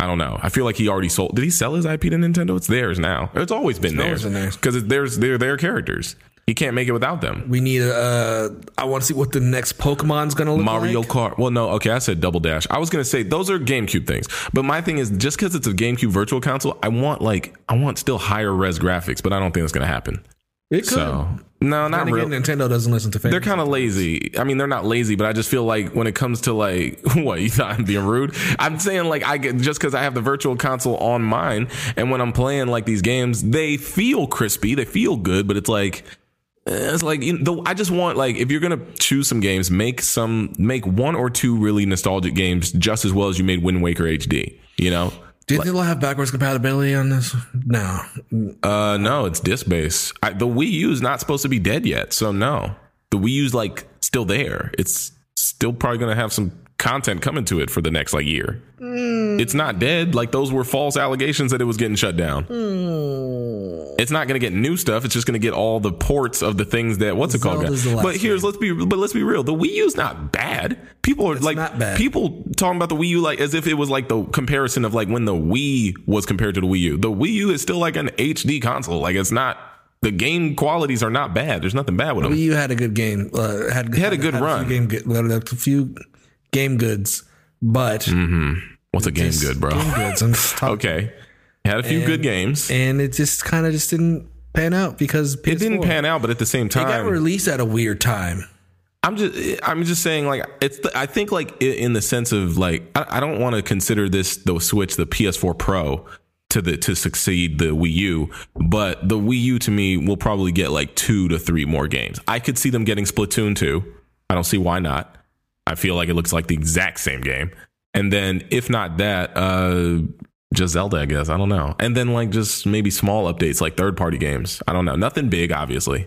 Speaker 1: I don't know. I feel like he already sold. Did he sell his IP to Nintendo? It's theirs now. It's always been theirs
Speaker 3: always been theirs.
Speaker 1: because there's they're their characters. He can't make it without them.
Speaker 3: We need a. Uh, I want to see what the next Pokemon's gonna look like.
Speaker 1: Mario Kart. Well, no, okay, I said Double Dash. I was gonna say those are GameCube things, but my thing is just because it's a GameCube Virtual Console, I want like I want still higher res graphics, but I don't think that's gonna happen.
Speaker 3: It could.
Speaker 1: So no, not
Speaker 3: And again,
Speaker 1: really.
Speaker 3: Nintendo doesn't listen to fans.
Speaker 1: They're kind of lazy. I mean, they're not lazy, but I just feel like when it comes to like [LAUGHS] what you thought I'm being rude. I'm saying like I get just because I have the Virtual Console on mine, and when I'm playing like these games, they feel crispy, they feel good, but it's like. Eh, It's like you know, the, I just want like if you're gonna choose some games, make some make one or two really nostalgic games just as well as you made Wind Waker HD. You know,
Speaker 3: Do you think they'll have backwards compatibility on this? No.
Speaker 1: Uh, no, it's disc based. I, the Wii U is not supposed to be dead yet, so no. The Wii U's like still there. It's still probably gonna have some content coming to it for the next like year.
Speaker 3: Hmm.
Speaker 1: It's not dead. Like those were false allegations that it was getting shut down.
Speaker 3: Hmm.
Speaker 1: It's not gonna get new stuff. It's just gonna get all the ports of the things that what's it called?
Speaker 3: Zelda's the last
Speaker 1: But here's let's be but let's be real. The Wii U's not bad. People are like
Speaker 3: not bad.
Speaker 1: people talking about the Wii U like as if it was like the comparison of like when the Wii was compared to the Wii U. The Wii U is still like an HD console. Like it's not the game qualities are not bad. There's nothing bad with them.
Speaker 3: Wii U had a good game. Uh, had, had
Speaker 1: a good
Speaker 3: A
Speaker 1: run.
Speaker 3: few game, good- a few game goods, but
Speaker 1: What's a game Mm, good, bro?
Speaker 3: Game
Speaker 1: [LAUGHS]
Speaker 3: goods. I'm just talking.
Speaker 1: Okay. Had a few good games.
Speaker 3: And it just kind of just didn't pan out because PS4.
Speaker 1: It didn't pan out, but at the same
Speaker 3: It got
Speaker 1: time,
Speaker 3: released at a weird time.
Speaker 1: I'm just I'm just saying like it's the, I think like i- in the sense of like I, I don't want to consider this the Switch the PS4 Pro to the to succeed the Wii U, but the Wii U to me will probably get like two to three more games. I could see them getting Splatoon two. I don't see why not. I feel like it looks like the exact same game. And then if not that, uh just Zelda, I guess. I don't know. And then like just maybe small updates like third party games. I don't know. Nothing big, obviously.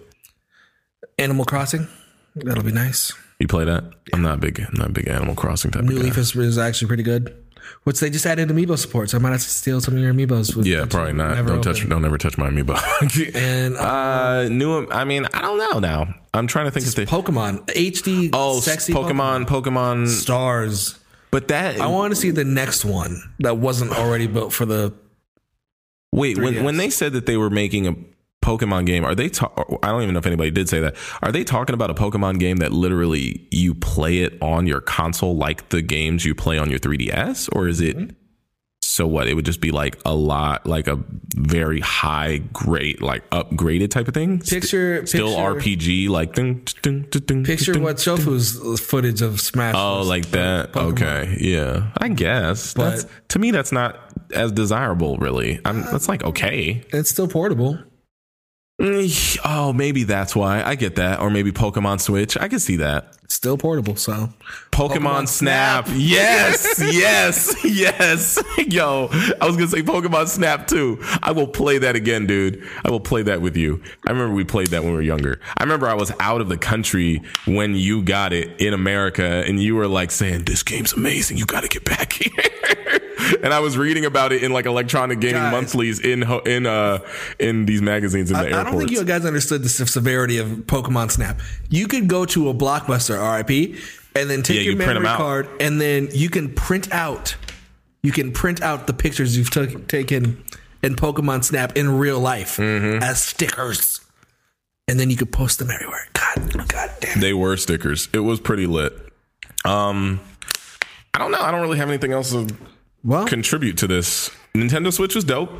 Speaker 3: Animal Crossing. That'll be nice.
Speaker 1: You play that? I'm not a big, I'm not a big Animal Crossing type
Speaker 3: New
Speaker 1: of guy.
Speaker 3: Leaf is, is actually pretty good. Which they just added amiibo support, so I might have to steal some of your amiibos. With
Speaker 1: Yeah, probably not.
Speaker 3: Never
Speaker 1: don't
Speaker 3: open.
Speaker 1: touch, don't ever touch my
Speaker 3: [LAUGHS]
Speaker 1: amiibo.
Speaker 3: And uh,
Speaker 1: uh, new. I mean, I don't know now. I'm trying to think if they.
Speaker 3: Pokemon HD.
Speaker 1: Oh,
Speaker 3: sexy
Speaker 1: Pokemon, Pokemon,
Speaker 3: stars.
Speaker 1: But that.
Speaker 3: I want to see the next one that wasn't already built for the.
Speaker 1: wait, when
Speaker 3: 3DS.
Speaker 1: when they said that they were making a Pokemon game, are they? Ta- I don't even know if anybody did say that. Are they talking about a Pokemon game that literally you play it on your console like the games you play on your 3DS, or is it?
Speaker 3: Mm-hmm.
Speaker 1: so what it would just be like a lot like a very high grade like upgraded type of thing St-
Speaker 3: Picture-
Speaker 1: still rpg like ding, ding, ding, ding,
Speaker 3: Picture
Speaker 1: ding.
Speaker 3: what Shofu's footage of Smash.
Speaker 1: oh
Speaker 3: was.
Speaker 1: like that okay yeah i guess that's to me that's not as desirable really i'm that's like okay
Speaker 3: it's still portable.
Speaker 1: Mm, oh maybe that's why i get that or maybe pokemon switch i can see that
Speaker 3: It's still portable. So
Speaker 1: Pokemon,
Speaker 3: Pokemon
Speaker 1: Snap.
Speaker 3: Snap.
Speaker 1: Yes,
Speaker 3: [LAUGHS]
Speaker 1: yes, yes. [LAUGHS] Yo, I was gonna say Pokemon Snap too. I will play that again, dude. I will play that with you. I remember we played that when we were younger. I remember I was out of the country when you got it in America, and you were like saying, "This game's amazing. You got to get back [LAUGHS] here." and I was reading about it in like Electronic Gaming
Speaker 3: Guys.
Speaker 1: Monthlies in ho- in uh in these magazines in the
Speaker 3: I don't
Speaker 1: airports.
Speaker 3: think you guys understood the se- severity of Pokemon Snap. You could go to a Blockbuster RIP and then take
Speaker 1: Yeah,
Speaker 3: your
Speaker 1: you print 'em
Speaker 3: memory
Speaker 1: out.
Speaker 3: card and then you can print out you can print out the pictures you've took taken in Pokemon Snap in real life
Speaker 1: Mm-hmm.
Speaker 3: as stickers. And then you could post them everywhere. God, god damn. it.
Speaker 1: They were stickers. It was pretty lit. Um, I don't know. I don't really have anything else to
Speaker 3: Well,
Speaker 1: contribute to this. Nintendo Switch was dope.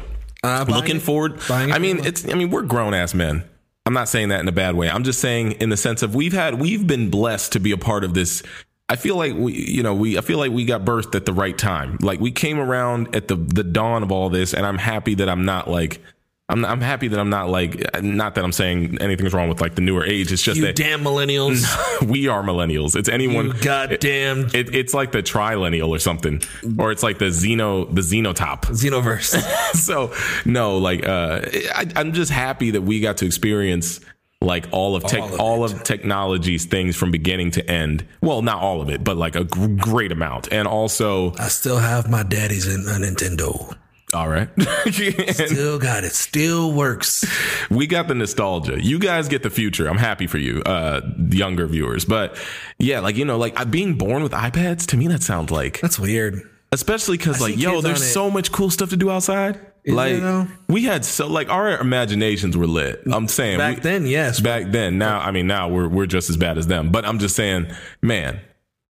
Speaker 3: uh, buying
Speaker 1: Looking
Speaker 3: it.
Speaker 1: forward.
Speaker 3: Buying it
Speaker 1: I
Speaker 3: for
Speaker 1: mean,
Speaker 3: the-
Speaker 1: it's. I mean, we're grown ass men. I'm not saying that in a bad way. I'm just saying in the sense of we've had we've been blessed to be a part of this. I feel like we, you know, we. I feel like we got birthed at the right time. Like we came around at the the dawn of all this, and I'm happy that I'm not like. I'm, I'm happy that I'm not like, not that I'm saying anything's wrong with like the newer age. It's just
Speaker 3: you
Speaker 1: that [LAUGHS]
Speaker 3: damn millennials.
Speaker 1: we are millennials. It's anyone.
Speaker 3: You goddamn
Speaker 1: [LAUGHS] It, it's like the trilennial or something, or it's like the xeno the xenotop. [LAUGHS]
Speaker 3: Xenoverse.
Speaker 1: So no, like uh, I, I'm just happy that we got to experience like all of tech,
Speaker 3: All
Speaker 1: all
Speaker 3: of
Speaker 1: of, technology's things from beginning to end. Well, not all of it, but like a gr- great amount, and also
Speaker 3: I still have my daddy's in a Nintendo.
Speaker 1: all right. And
Speaker 3: Still got it. Still works.
Speaker 1: [LAUGHS] we got the nostalgia. You guys get the future. I'm happy for you, uh, younger viewers. But yeah, like you know, like I- being born with iPads to me, that sounds like
Speaker 3: That's weird.
Speaker 1: especially because like
Speaker 3: see
Speaker 1: yo
Speaker 3: kids
Speaker 1: there's
Speaker 3: on it.
Speaker 1: so much cool stuff to do outside like
Speaker 3: though?
Speaker 1: we had so like our imaginations were lit i'm saying
Speaker 3: Back
Speaker 1: we-
Speaker 3: then, yes.
Speaker 1: back then now i mean now we're, we're just as bad as them but i'm just saying man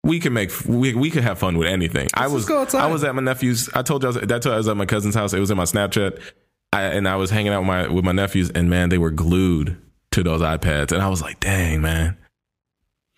Speaker 1: we can make we, we could have fun with anything i was
Speaker 3: go outside.
Speaker 1: i was at my nephew's i told you I was, that's why i was at my cousin's house it was in my snapchat I, and i was hanging out with my with my nephews and man they were glued to those ipads and i was like dang man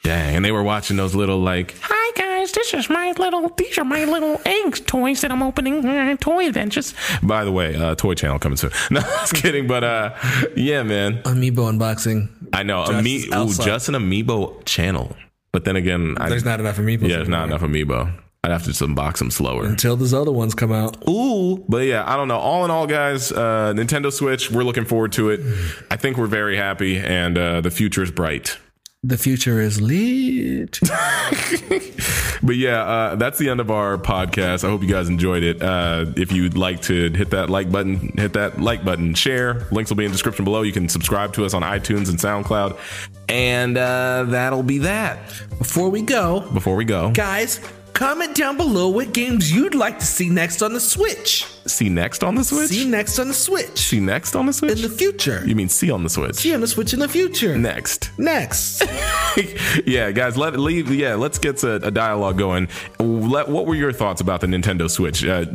Speaker 1: dang and they were watching those little like
Speaker 4: Hi guys, this is my little. These are my little eggs toys that I'm opening. Uh, toy adventures.
Speaker 1: By the way, uh, Toy Channel coming soon. [LAUGHS] No, I was kidding, but uh, yeah, man.
Speaker 3: Amiibo unboxing.
Speaker 1: I know. Ame- ooh,
Speaker 3: outside.
Speaker 1: just an amiibo channel. But then again, I,
Speaker 3: There's not enough amiibos.
Speaker 1: yeah, there's not enough amiibo.
Speaker 2: I'd have to just unbox them slower.
Speaker 3: until those other ones come out.
Speaker 2: Ooh.
Speaker 1: But yeah, I don't know. All in all, guys, uh, Nintendo Switch, we're looking forward to it. I think we're very happy, and uh, the future is bright.
Speaker 3: The future is lit.
Speaker 1: But yeah, uh, that's the end of our podcast. I hope you guys enjoyed it. Uh, if you'd like to hit that like button, hit that like button, share. Links will be in the description below. You can subscribe to us on iTunes and SoundCloud.
Speaker 2: And uh, that'll be that.
Speaker 3: Before we go,
Speaker 1: Before we go,
Speaker 3: guys, comment down below what games you'd like to see next on the Switch.
Speaker 1: see next on the Switch?
Speaker 3: See
Speaker 1: See,
Speaker 3: next on the Switch
Speaker 1: next on the Switch?
Speaker 3: in the future.
Speaker 1: you mean see on the Switch?
Speaker 3: See on the Switch in the future.
Speaker 1: Next. [LAUGHS]
Speaker 3: Next.
Speaker 1: yeah, guys, let leave. Yeah, let's get a, a dialogue going. Let, what were your thoughts about the Nintendo Switch? Uh,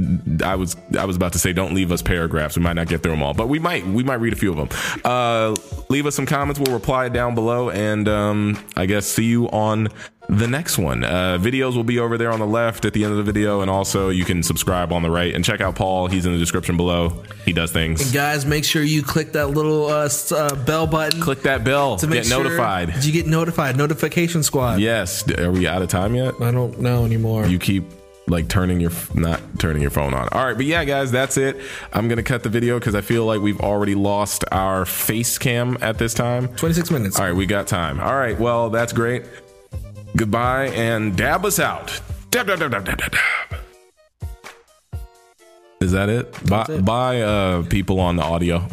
Speaker 1: I was I was about to say don't leave us paragraphs. We might not get through them all, but we might we might read a few of them. Uh, leave us some comments. We'll reply down below, and um, I guess see you on the next one. Uh, videos will be over there on the left at the end of the video, and also you can subscribe on the right and check out Paul. He's in the description below. He does things.
Speaker 3: Guys, make sure you click that little uh, s- uh, bell button
Speaker 1: Click that bell
Speaker 3: to make
Speaker 1: get
Speaker 3: sure
Speaker 1: notified.
Speaker 3: You get notified. Notification squad.
Speaker 1: Yes, are we out of time yet?
Speaker 3: I don't know anymore.
Speaker 1: you keep like turning your not turning your phone on. All right, but yeah, guys, that's it. I'm gonna cut the video because I feel like we've already lost our face cam at this time.
Speaker 3: 26 minutes.
Speaker 1: All right, we got time. All right, well, that's great. Goodbye and dab us out. Dab dab dab dab dab dab. dab. Is that it? Bye,
Speaker 3: it.
Speaker 1: bye, uh, people on the audio.